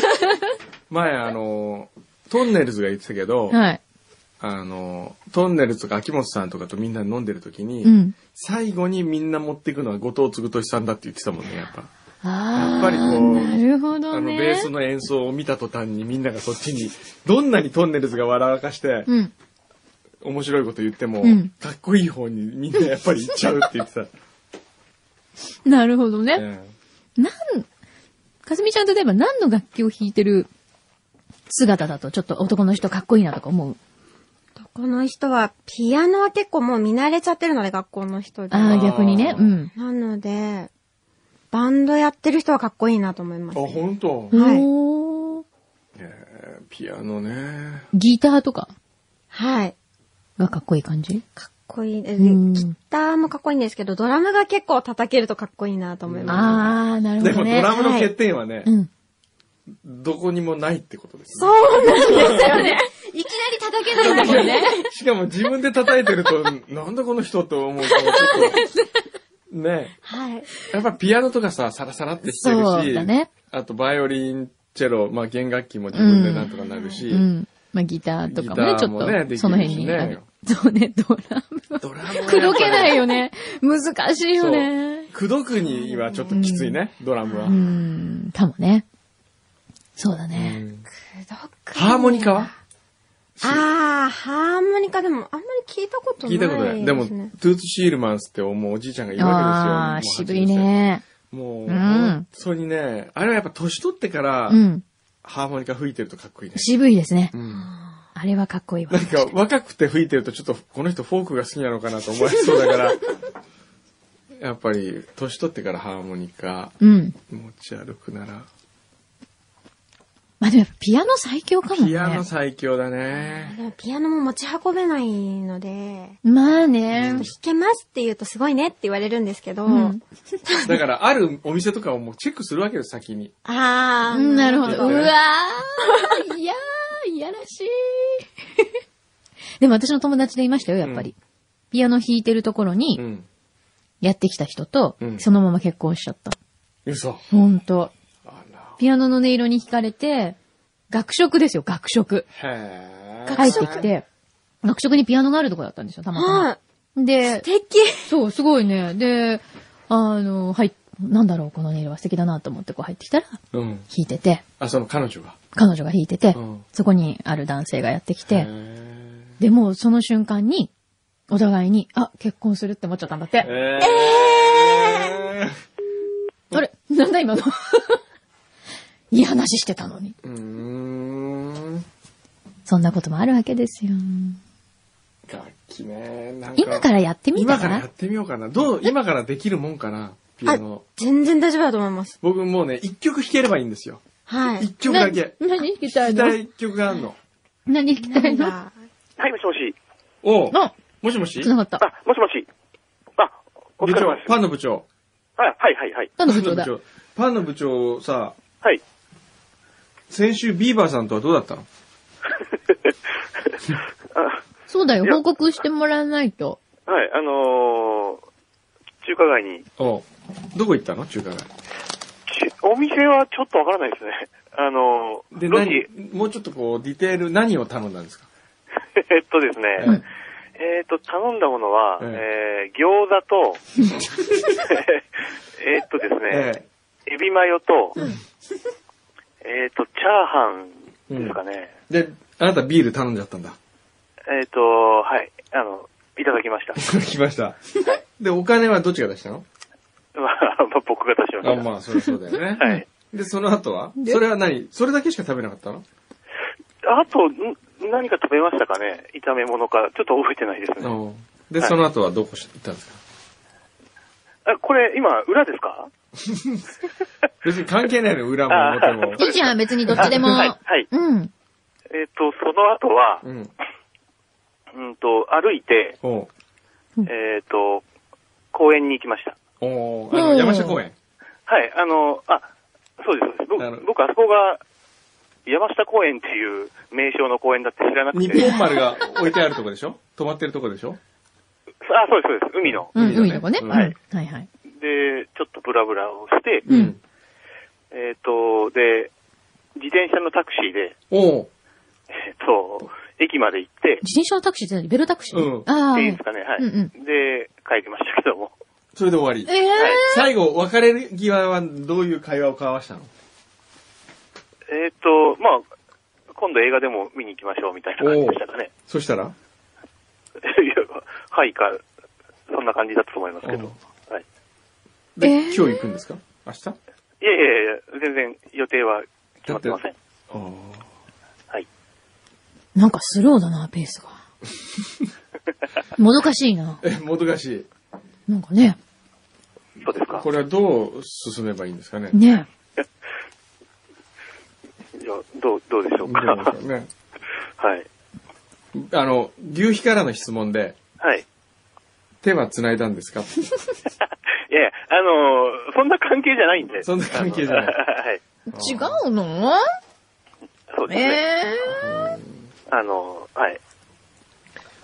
Speaker 1: 前あの、トンネルズが言ってたけど、
Speaker 2: はい。
Speaker 1: あの、トンネルズとか秋元さんとかとみんなで飲んでる時に、
Speaker 2: うん。
Speaker 1: 最後にみんな持ってくのは後藤嗣俊さんだって言ってたもんね、やっぱ。
Speaker 2: あ
Speaker 1: や
Speaker 2: あ、
Speaker 1: っぱりこう
Speaker 2: なるほど
Speaker 1: あの、
Speaker 2: ね。
Speaker 1: ベースの演奏を見た途端にみんながそっちに、どんなにトンネルズが笑かして、
Speaker 2: うん。
Speaker 1: 面白いこと言っても、
Speaker 2: うん
Speaker 1: かっこいい方にみんなやっぱり行っちゃうって言ってた。
Speaker 2: なるほどね。
Speaker 1: え
Speaker 2: なん、かすみちゃん例えば何の楽器を弾いてる姿だとちょっと男の人かっこいいなとか思う。
Speaker 4: この人は、ピアノは結構もう見慣れちゃってるので、学校の人で。
Speaker 2: あ
Speaker 4: な
Speaker 2: あ、逆にね。うん。
Speaker 4: ので、バンドやってる人はかっこいいなと思いま
Speaker 1: え
Speaker 4: す。
Speaker 1: あ、ほんと、
Speaker 4: はい
Speaker 2: おー
Speaker 1: ええピアノね。
Speaker 2: ギターとか
Speaker 4: はい。
Speaker 2: がかっこいい感じ
Speaker 4: かっこいいです。
Speaker 2: うん
Speaker 4: ギターもかっこいいんですけど、ドラムが結構叩けるとかっこいいなと思います。
Speaker 2: ああ、なるほ
Speaker 1: で
Speaker 2: ど
Speaker 1: もド
Speaker 2: ね。
Speaker 1: ラムの欠点はね、
Speaker 2: うん。
Speaker 1: どこにもないってことですね。
Speaker 4: そうなんですよね。 いきなり叩けないんだもんね。
Speaker 1: しかも自分で叩いてると、なんだこの人と思うから、ちょっと。ね
Speaker 4: はい。
Speaker 1: やっぱピアノとかさ、サラサラってしてる
Speaker 2: そう
Speaker 1: し、
Speaker 2: だね。
Speaker 1: あとバイオリン、チェロ、まあ弦楽器も自分でなんとかなるし、
Speaker 2: うん。まあギターとかもね、
Speaker 1: ギ
Speaker 2: ち
Speaker 1: ター
Speaker 2: ょっ
Speaker 1: も
Speaker 2: と、
Speaker 1: ねできるしね
Speaker 2: その辺にある。そうね、ドラム。
Speaker 1: ドラムはやっぱ
Speaker 2: く
Speaker 1: り
Speaker 2: どけないよね。難しいよね。
Speaker 1: くどくにはちょっときついね、ドラムは。
Speaker 2: うーん、かもね。そうだ
Speaker 1: う
Speaker 2: ね。
Speaker 1: んハ
Speaker 4: ハ
Speaker 1: ーモニカは
Speaker 4: ああ、ハーモニカでもあんまり聞いたこと
Speaker 1: 聞
Speaker 4: ない
Speaker 1: い
Speaker 4: で
Speaker 1: た
Speaker 4: す、
Speaker 1: こ
Speaker 4: ね。
Speaker 1: とない。でも、トゥーツ・シールマンスって思うおじいちゃんがいる
Speaker 2: あ
Speaker 1: わ
Speaker 2: あ、
Speaker 1: けですよ。
Speaker 2: 渋いね。
Speaker 1: もう、
Speaker 2: うん
Speaker 1: 本当にね、あれはやっぱ年取ってから
Speaker 2: う、ん。
Speaker 1: ハーモニカ吹いてるとかっこいいね。
Speaker 2: 渋いですね
Speaker 1: う。ん
Speaker 2: あれはかっこいいわ
Speaker 1: な。んか若くて吹いてるとちょっとこの人フォークが好きなのかなと思われそうだ から、やっぱり年取ってからハーモニカ
Speaker 2: うん。
Speaker 1: 持ち歩くなら、
Speaker 2: まあでもやっぱピアノ最強かもね。
Speaker 1: ピアノ最強だね。
Speaker 4: でもピアノも持ち運べないので、
Speaker 2: まあね
Speaker 4: 弾。けますって言うとすごいねって言われるんですけど、
Speaker 2: うん
Speaker 1: だからあるお店とかをもうチェックするわけです、先に。
Speaker 4: ああ、
Speaker 2: うんなるほど。う
Speaker 1: うん
Speaker 2: わー、いやー、いやらしい。でも私の友達でいましたよ、やっぱり。ピアノ弾いてるところ
Speaker 1: う
Speaker 2: に、
Speaker 1: ん。
Speaker 2: やってきた人と
Speaker 1: う、ん
Speaker 2: そのまま結婚しちゃった。
Speaker 1: 嘘。
Speaker 2: ほんと。
Speaker 1: あら。
Speaker 2: ピアノの音色に惹かれて、学食ですよ、学食。
Speaker 1: へー
Speaker 2: 帰ってき。て、学食にピアノがあるとこだったんですよ、たま
Speaker 4: は
Speaker 2: たま。
Speaker 4: い。素
Speaker 2: で、
Speaker 4: 敵。
Speaker 2: そう、すごいね。で、あの、はい、なんだろう、この音色は素敵だなと思ってこう入ってきたら、弾
Speaker 1: うん。
Speaker 2: いてて、
Speaker 1: あ、その彼女が。
Speaker 2: 彼女が弾いてて、
Speaker 1: うん
Speaker 2: そこにある男性がやってき
Speaker 1: へ
Speaker 2: て、
Speaker 1: ー
Speaker 2: で、もうその瞬間に、お互いに、あ、結婚するって思っちゃったんだって。
Speaker 1: えー
Speaker 2: あれなんだ今の いい話してたのに。
Speaker 1: うーん。
Speaker 2: そそんなこともあるわけですよ。
Speaker 1: 楽器ね。なんか
Speaker 2: 今からやってみ
Speaker 1: 今
Speaker 2: たら
Speaker 1: からやってみようかな。どう、今からできるもんかな、ピアノ。
Speaker 4: 全然大丈夫だと思います。
Speaker 1: 僕もうね、一曲弾ければいいんですよ。
Speaker 4: はい。
Speaker 1: 一曲だけ。
Speaker 2: 何何弾き
Speaker 1: 弾
Speaker 2: たい
Speaker 1: きた
Speaker 2: の
Speaker 1: い曲があるの。
Speaker 2: 何弾きたい
Speaker 4: 何
Speaker 2: の
Speaker 4: が
Speaker 5: はい、もしもし。
Speaker 1: おう
Speaker 2: あ、
Speaker 1: もしもし
Speaker 2: 繋がった。
Speaker 5: あ、もしもし。あ、お
Speaker 1: 部
Speaker 5: 疲れ
Speaker 1: 長
Speaker 5: 様で、す。
Speaker 1: パンの部長。
Speaker 5: あはい、はい、はい。
Speaker 2: どの部長だ
Speaker 1: パンの部長パンの部長さ、
Speaker 5: はい。
Speaker 1: 先週ビーバーさんとはどうだったの
Speaker 2: そうだよ、
Speaker 5: いや
Speaker 2: 報告してもらわないと。
Speaker 5: はい、あのー、中華街に、
Speaker 1: おうどこ行ったの中華街。
Speaker 5: ちお店はちょっとわからないですね。 あのー、
Speaker 1: で、
Speaker 5: 路地
Speaker 1: 何、もうちょっとこう、ディテール、何を頼んだんですか
Speaker 5: えっとです
Speaker 1: う
Speaker 5: ね
Speaker 1: ん、
Speaker 5: えっと、頼んだものは、
Speaker 1: え
Speaker 5: えー、餃子 と、えっとですね、
Speaker 1: え
Speaker 5: エビマヨと、えっと、チャーハンですかね。
Speaker 1: え。で、あなたビール頼んじゃったんだ。
Speaker 5: えっと、はい、あの、いただきま した。
Speaker 1: 来ました。で、お金はどっちが出したの
Speaker 5: まあ、まあ僕が出しま
Speaker 1: あ、
Speaker 5: した。
Speaker 1: まあ、そりゃそうだよね。
Speaker 5: はい。
Speaker 1: で、その後はそれは何それだけしか食べなかったの
Speaker 5: あと、ん何か食べましたかね炒め物か。ちょっと覚えてないですね。
Speaker 1: おうで、
Speaker 5: はい
Speaker 1: その後はどこし行ったんですか
Speaker 5: あ、これ、今、裏ですか
Speaker 1: 別に関係ないの、裏 も表も。
Speaker 2: いいじゃん、別にどっちでも。
Speaker 5: はい。はい。
Speaker 2: うん。
Speaker 5: えっ、と、その後は、
Speaker 1: うん。
Speaker 5: うんと、歩いて、
Speaker 1: おう
Speaker 5: えっ、と、公園に行きました。
Speaker 1: おうあの、山下公園。
Speaker 5: はい、あの、あ、そうです、そう
Speaker 1: な
Speaker 5: で
Speaker 1: る
Speaker 5: す。僕、僕、あそこが、山下公園っていう名称の公園だって知らなく
Speaker 1: 日
Speaker 5: て。
Speaker 1: 本丸が置いてあるとこでしょ止まってるとこでしょ
Speaker 5: あ、そうです、そうです。海の。
Speaker 2: うん、
Speaker 1: 海
Speaker 2: 海
Speaker 1: の
Speaker 2: の
Speaker 1: 子
Speaker 2: 子
Speaker 1: ね
Speaker 2: ね。
Speaker 1: はい
Speaker 2: うんはいはい。
Speaker 5: で、ちょっとブラブラをして、
Speaker 2: うん。
Speaker 5: えっ、と、で、自転車のタクシーで、
Speaker 1: おう
Speaker 5: えっ、と、駅まで行って、
Speaker 2: 自転車のタクシーって何ベロタクシー、
Speaker 1: うん
Speaker 2: ああ。
Speaker 5: っていうんですかね、はい。
Speaker 2: うんうん
Speaker 5: で、帰りましたけども。
Speaker 1: それで終わり。
Speaker 2: ええ
Speaker 5: はい。
Speaker 1: 最後、別れ際はどういう会話を交わしたの
Speaker 5: えっ、と、まあ、今度映画でも見に行きましょうみたいな感じでしたかね。
Speaker 1: そしたら
Speaker 5: いやはいか、そんな感じだったと思いますけど。はい。
Speaker 1: で、
Speaker 2: えー
Speaker 1: 今日行くんですか明日だ
Speaker 5: いやいやいや、全然予定は決まってません。
Speaker 1: あー
Speaker 5: はい。
Speaker 2: なんかスローだな、ペー スが。もどかしいな。
Speaker 1: え、もどかしい。
Speaker 2: なんかね。
Speaker 5: そうですか。
Speaker 1: これはどう進めばいいんですかね
Speaker 2: ね
Speaker 5: じゃあどう、どうでしょ
Speaker 1: どうで
Speaker 5: うか。
Speaker 1: しょうね。
Speaker 5: はい。
Speaker 1: あの、牛皮からの質問で、
Speaker 5: はい。
Speaker 1: 手は繋いだんですか
Speaker 5: いやいや、あのーそんな関係じゃないんで。
Speaker 1: そんな関係じゃない
Speaker 5: あの はい。
Speaker 2: 違うの
Speaker 5: そうです
Speaker 2: え
Speaker 5: ね。
Speaker 2: え
Speaker 5: あのーはい。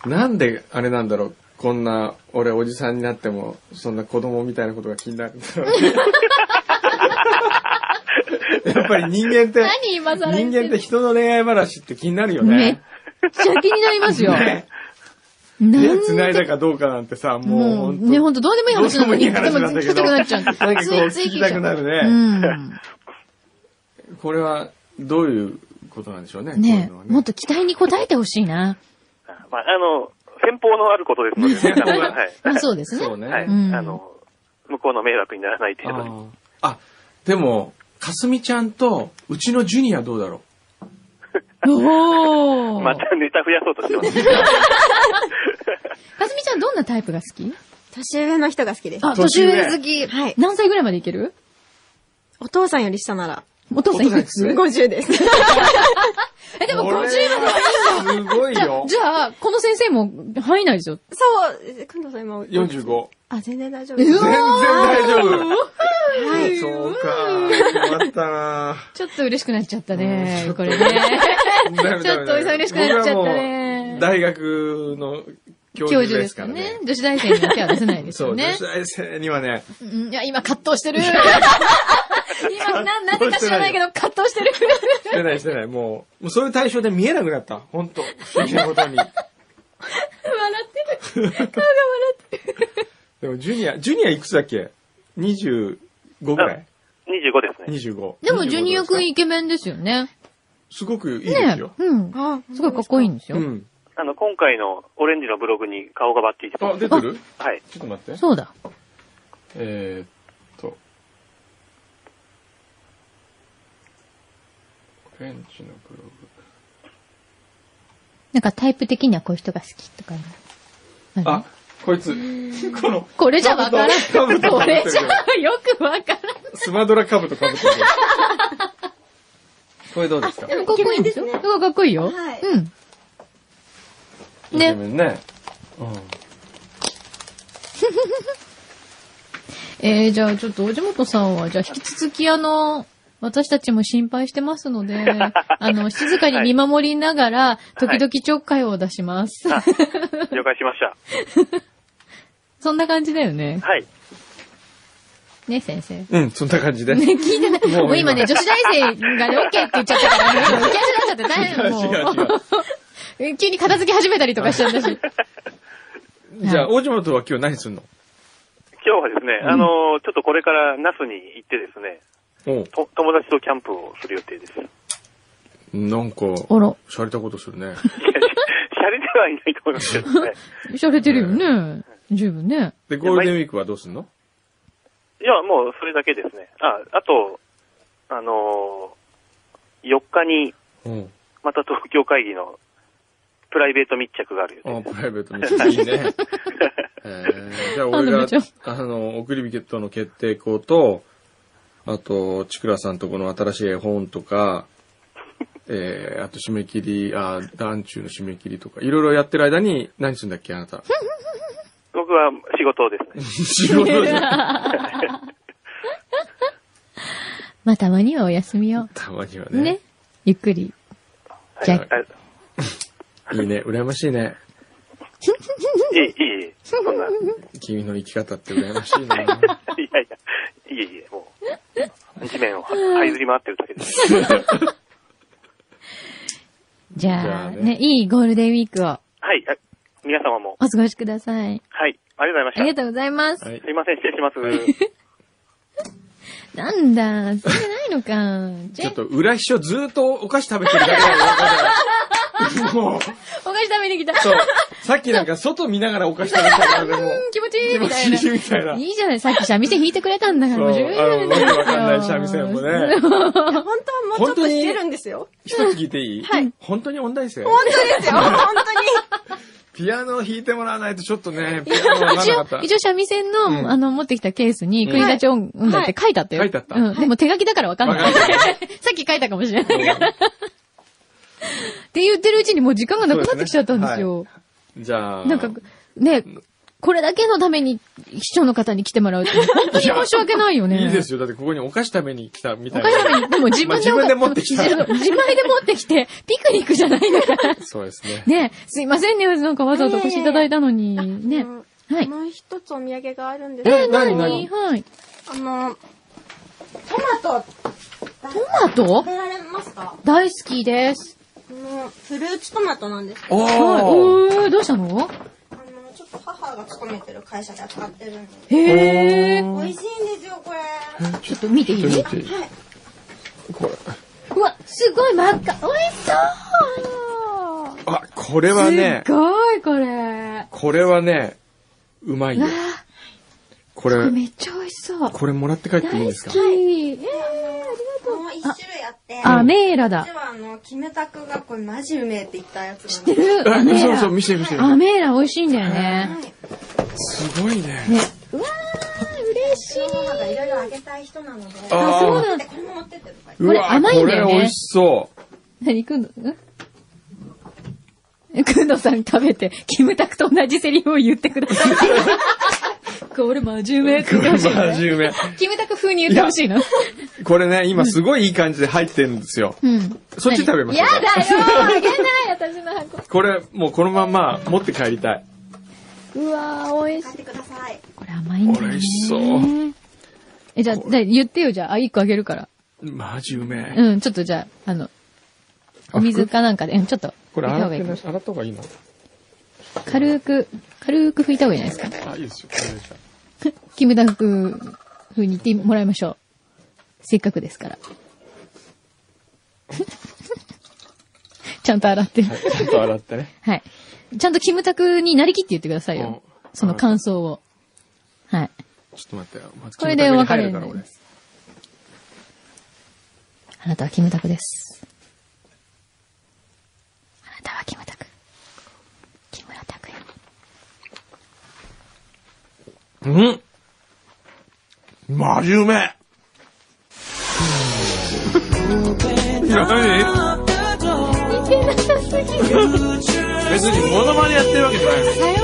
Speaker 1: なんであれなんだろうこんな、俺おじさんになっても、そんな子供みたいなことが気になるんだろ うねやっぱり人間って、
Speaker 2: 何今更言
Speaker 1: 人間
Speaker 2: ってる
Speaker 1: って人の恋愛話って気になるよ
Speaker 2: めっ
Speaker 1: ね。
Speaker 2: ちゃ気になりますよ。
Speaker 1: ね
Speaker 2: なん
Speaker 1: 手繋いだかどうかなんてさ、もう
Speaker 2: もう、
Speaker 1: 本当
Speaker 2: ね、ほんとどうでもいい話なのに、
Speaker 1: どうでもいい話なんだ
Speaker 2: 聞
Speaker 1: けど
Speaker 2: きたくなっちゃう。
Speaker 1: なんかこう聞きたくなるね
Speaker 2: うん。
Speaker 1: これはどういうことなんでしょうね。
Speaker 2: ね
Speaker 1: こういうのは
Speaker 2: もっと期待に応えてほしいな。
Speaker 5: まあ、あの、先方のあることですので、 ね、多分はい。
Speaker 2: まあそうですね
Speaker 1: そ。うね。
Speaker 5: はい。
Speaker 2: うん
Speaker 5: あの、向こうの迷惑にならない程度に。
Speaker 1: あああ、でも、かすみちゃんとうちのジュニアどうだろう
Speaker 2: おー。
Speaker 5: またネタ増やそうとしてます。は
Speaker 2: かすみちゃんどんなタイプが好き
Speaker 4: 年上の人が好きです。
Speaker 2: あ、
Speaker 1: 年
Speaker 2: 年
Speaker 1: 上
Speaker 2: 上好き。
Speaker 4: はい。
Speaker 2: 何歳ぐらいまでいける
Speaker 4: お父さんより下なら、
Speaker 2: お父さんいくつ
Speaker 4: 50です。
Speaker 2: え、でも50
Speaker 1: これ
Speaker 2: まで
Speaker 1: はすごい
Speaker 2: じゃ
Speaker 1: よ
Speaker 2: あ、。じゃあ、この先生も入んないですよ。
Speaker 4: そう、くんどうさん今。
Speaker 1: 45。
Speaker 4: あ、全然大丈夫
Speaker 2: う
Speaker 4: です。
Speaker 2: わ
Speaker 1: 全然大丈夫。
Speaker 4: はい。
Speaker 1: そうか。よかったな
Speaker 2: ちょっと嬉しくなっちゃった
Speaker 1: う
Speaker 2: ね
Speaker 1: ん。
Speaker 2: これね。
Speaker 1: ぁ。
Speaker 2: ちょっと嬉しくなっちゃった
Speaker 1: 僕
Speaker 2: ね
Speaker 1: はもう大学の教
Speaker 2: 教
Speaker 1: 授
Speaker 2: 授
Speaker 1: で
Speaker 2: ですす
Speaker 1: か
Speaker 2: からら
Speaker 1: ね
Speaker 2: ね。。女子大生には手は出せないです
Speaker 1: そ
Speaker 2: よ
Speaker 1: う、
Speaker 2: ね
Speaker 1: 女子。大生にはね、
Speaker 2: うんいや、今葛藤してる。 今、な、なぜか知らないけど葛藤し てる。
Speaker 1: してないしてない。もう、もうそういう対象で見えなくなった。本当不思議なことに。
Speaker 2: 笑ってる。顔が笑ってる。
Speaker 1: でも、ジュニア、ジュニアいくつだっけ ?25 ぐらい
Speaker 5: 25ですね。
Speaker 1: ?25。
Speaker 2: でも、ジュニア君
Speaker 1: い
Speaker 2: イケメンですよね。
Speaker 1: すごくいいで
Speaker 2: ね
Speaker 1: すよ。
Speaker 2: うん。
Speaker 4: あ、
Speaker 2: すごいかっこいいんです
Speaker 1: う
Speaker 2: よ。
Speaker 1: ん。
Speaker 5: あの、今回のオレンジのブログに顔がバッチリしてま
Speaker 1: あ、
Speaker 5: す。
Speaker 1: 出てる
Speaker 5: はい。
Speaker 1: ちょっと待って。
Speaker 2: そうだ。
Speaker 1: えー、っと。オレンジのブログ。
Speaker 2: なんかタイプ的にはこういう人が好きとかいうのる
Speaker 1: あ、こ いつ、この、
Speaker 2: これじゃわからん。
Speaker 1: 兜兜
Speaker 2: これじゃよくわからん。
Speaker 1: スマドラカブとかぶってる。これどうですか
Speaker 2: でもかっこいいんでしょすごいかっこいいよ。
Speaker 4: はい
Speaker 2: うん。
Speaker 1: イケ
Speaker 2: ね、
Speaker 1: メンね。うん
Speaker 2: えー、じゃあちょっと、おじもとさんは、じゃあ引き続きあの、私たちも心配してます ので、あの、静かに見守りながら、時々ちょっかいを出します。
Speaker 5: 了解しました。
Speaker 2: そんな感じだよね。
Speaker 5: はい。
Speaker 2: ね、先生。ね、
Speaker 1: うん、そんな感じで。
Speaker 2: 聞いてない。
Speaker 1: もう
Speaker 2: もう 今ね、女子大生がね、オッケーって言っちゃったから、ね、浮き足立っちゃって大変
Speaker 1: 違う違う
Speaker 2: も う。急に片付け始めたりとかしちゃったし。
Speaker 1: じゃあ、大島とは今日何すんの
Speaker 5: 今日はですね、あのーちょっとこれから那須に行ってですね、
Speaker 1: おう
Speaker 5: と友達とキャンプをする予定です。 しゃ
Speaker 1: なんか、
Speaker 2: あら、
Speaker 1: 洒落たことする ね。
Speaker 5: れてはいないと思いますけどね。
Speaker 2: しゃれてるよね。十分ね。
Speaker 1: で、ゴールデンウィークはどうすんの
Speaker 5: いや、もうそれだけですね。あ、あと、あのー、4日に
Speaker 1: うん。
Speaker 5: また東京会議のプライベート密着がある予定
Speaker 1: あ
Speaker 5: です。
Speaker 1: プライベートみたいい ね。えーじゃあ、俺
Speaker 2: あ
Speaker 1: が
Speaker 2: でもち、
Speaker 1: あの、送り火との決定校と、あと、ちくらさんとこの新しい絵本と か、えー、あと締め切り、あ、団中の締め切りとか、いろいろやってる間に何するんだっけ、あなた。
Speaker 5: 僕は仕事ですね。
Speaker 1: 仕事じゃん
Speaker 2: まあ、たまにはお休みを。
Speaker 1: たまにはね。
Speaker 2: ね。ゆっくり。じゃあ、
Speaker 5: あ
Speaker 1: いいね、羨ましいね。
Speaker 5: いい、いい、そんな。い
Speaker 1: 君の生き方って羨ましい な。
Speaker 5: やいや、いえいえ、もう、地面を這いずり回ってるだけです。
Speaker 2: じゃあ、
Speaker 1: じゃあね
Speaker 2: ね、いいゴールデンウィークを
Speaker 5: はい、あ皆様も、
Speaker 2: お過ごしください。
Speaker 5: はい、ありがとうご
Speaker 2: あ
Speaker 5: ざい
Speaker 2: り
Speaker 5: ま
Speaker 2: が
Speaker 5: し
Speaker 2: とうございます。
Speaker 1: はい
Speaker 5: た。すいません、失礼します。
Speaker 2: なんだ、それじゃないのか。じ
Speaker 1: ち
Speaker 2: ゃ
Speaker 1: ょ
Speaker 2: あ
Speaker 1: っ、と裏秘書ずーっとお菓子食べてるだけだよ。もう、
Speaker 2: お菓子食べに来た。
Speaker 1: そう。さっきなんか外見ながらお菓子食べてたからね、 もう。
Speaker 2: 気持ちいい
Speaker 1: 気
Speaker 2: み
Speaker 1: 持
Speaker 2: た
Speaker 1: ち
Speaker 2: い
Speaker 1: いい
Speaker 2: な。
Speaker 1: みたいな。
Speaker 2: いいじゃない、さっき三味線弾いてくれたんだから、もう十分じゃないです
Speaker 1: そうあのわけわかんない三味線もね
Speaker 4: いや本当はもうちょっとしてるんですよ。
Speaker 1: 一つ聞いていいはい。本当に音大生
Speaker 4: 本当ですよ、本当に。
Speaker 1: ピアノを弾いてもらわないとちょっとね、ピアノがな
Speaker 2: 一
Speaker 1: か
Speaker 2: 応
Speaker 1: った、。
Speaker 2: 一応三味線の、
Speaker 1: うん
Speaker 2: あの、持ってきたケースに、国立音音大って書いてあったよ。
Speaker 1: 書いてあった
Speaker 2: うん。でも手書きだからわかんな
Speaker 1: わ
Speaker 2: い。
Speaker 1: かんない
Speaker 2: さっき書いたかもしれないから。って言ってるうちにもう時間がなくなってきちゃったんですよ。
Speaker 1: じゃあ、
Speaker 2: なんか、ね、これだけのために、秘書の方に来てもら うって、本当に申し訳ないよね。
Speaker 1: いいですよ。だってここにお菓子食べに来たみた
Speaker 2: お
Speaker 1: い
Speaker 2: 菓子食べ
Speaker 1: な。
Speaker 2: に、でも自
Speaker 1: まあ
Speaker 2: 分で、
Speaker 1: 自分で持ってきた
Speaker 2: 自分自前で持ってきて、ピクニックじゃないんだから。
Speaker 1: そうですね。
Speaker 2: ねすいませんね、なんかわざわざお越しいただいたのに。ね。はい。
Speaker 4: もう一つお土産があるんです
Speaker 2: え、
Speaker 4: けど、
Speaker 2: なに
Speaker 1: 何何
Speaker 2: はい。
Speaker 4: あの、トマト
Speaker 2: トマト
Speaker 4: 食べられますか
Speaker 2: 大好きです。
Speaker 4: あの、フルーツトマトなんですけど、
Speaker 1: お
Speaker 2: はい。
Speaker 1: ー。
Speaker 2: おー、どうしたの
Speaker 4: あの、ちょっと母が勤めてる会社で扱ってるんで、
Speaker 2: へえ。
Speaker 4: 美味しいんですよ、これ。
Speaker 2: ちょっと見てい
Speaker 1: ちょっと
Speaker 2: い
Speaker 1: 見ていい
Speaker 4: は
Speaker 1: これ。
Speaker 2: うわ、すごい真っ赤。美味しそう
Speaker 1: あ、これはね、
Speaker 2: すごい、これ。
Speaker 1: これはね、うまいよ。
Speaker 2: あ
Speaker 1: これ
Speaker 2: ー、めっちゃ美味しそう。
Speaker 1: これもらって帰っていい
Speaker 2: 大
Speaker 1: ん
Speaker 2: 好
Speaker 1: ですか
Speaker 2: き。えー
Speaker 4: い。もう一種類あって、
Speaker 2: あ、メーラ
Speaker 4: こっ
Speaker 2: だ
Speaker 4: ち。はあの、キムタクがこれマジうめえって言ったやつなん
Speaker 2: 知っ
Speaker 4: で
Speaker 2: てるア
Speaker 1: あ
Speaker 2: メー
Speaker 1: そう
Speaker 2: ラ。
Speaker 1: そう、見せて見せて。
Speaker 2: アメーラ美味しいんだよね。
Speaker 1: すごいね。
Speaker 2: ね。うわー、嬉しい。
Speaker 4: 母がいろいろあげたい人なので、
Speaker 1: あー
Speaker 2: そうなんだ
Speaker 4: でこれも持ってってとか
Speaker 1: う
Speaker 2: これ
Speaker 1: わ
Speaker 2: 甘いんだよ
Speaker 1: こ
Speaker 2: ね
Speaker 1: れ美味しそう。
Speaker 2: 何、くんど、んくんどさん食べて、キムタクと同じセリフを言ってください。 これ真面目って言ってほしいのね、
Speaker 1: 真面目。
Speaker 2: キムタク風に言ってほしいの。
Speaker 1: これね、今すごいいい感じで入ってるんですよ。
Speaker 2: うん。
Speaker 1: そっち食べましょう
Speaker 2: や
Speaker 1: か
Speaker 2: だよあげない私の箱。
Speaker 1: これ、もうこのまんま持って帰りたい。
Speaker 2: うわー、美味し
Speaker 4: 買
Speaker 2: い
Speaker 4: っ。てください。
Speaker 2: これ甘いんだよね。
Speaker 1: 美味しそう。
Speaker 2: え、じゃあ、だ言ってよ、じゃあ、あ、一個あげるから。
Speaker 1: マジうめえ。
Speaker 2: うん、ちょっとじゃあ、あの、お水かなんかで、うん、ちょっと、
Speaker 1: これ
Speaker 2: 拭いた
Speaker 1: 洗ってな
Speaker 2: 方がいい
Speaker 1: 洗った方がいいの
Speaker 2: 軽く、軽く拭いた方がいいんじゃないですか。
Speaker 1: あ、いいですよ。これでじゃ
Speaker 2: キムタク風に言ってもらいましょう。せっかくです から。ちゃんと洗ってる。
Speaker 1: あちゃんと洗ってね。
Speaker 2: はい。ちゃんとキムタクになりきって言ってくださいよ
Speaker 1: うん。
Speaker 2: その感想を。はい。
Speaker 1: ちょっと待ってよ。まず
Speaker 2: これでお別れに
Speaker 1: キムタクに入るか
Speaker 2: なり
Speaker 1: ら
Speaker 2: ま
Speaker 1: 俺
Speaker 2: す。あなたはキムタクです。あなたはキムタク。
Speaker 1: うん真面目何
Speaker 2: 似てなさすぎる。
Speaker 1: 別にモノマネやってるわけじゃない
Speaker 2: さよ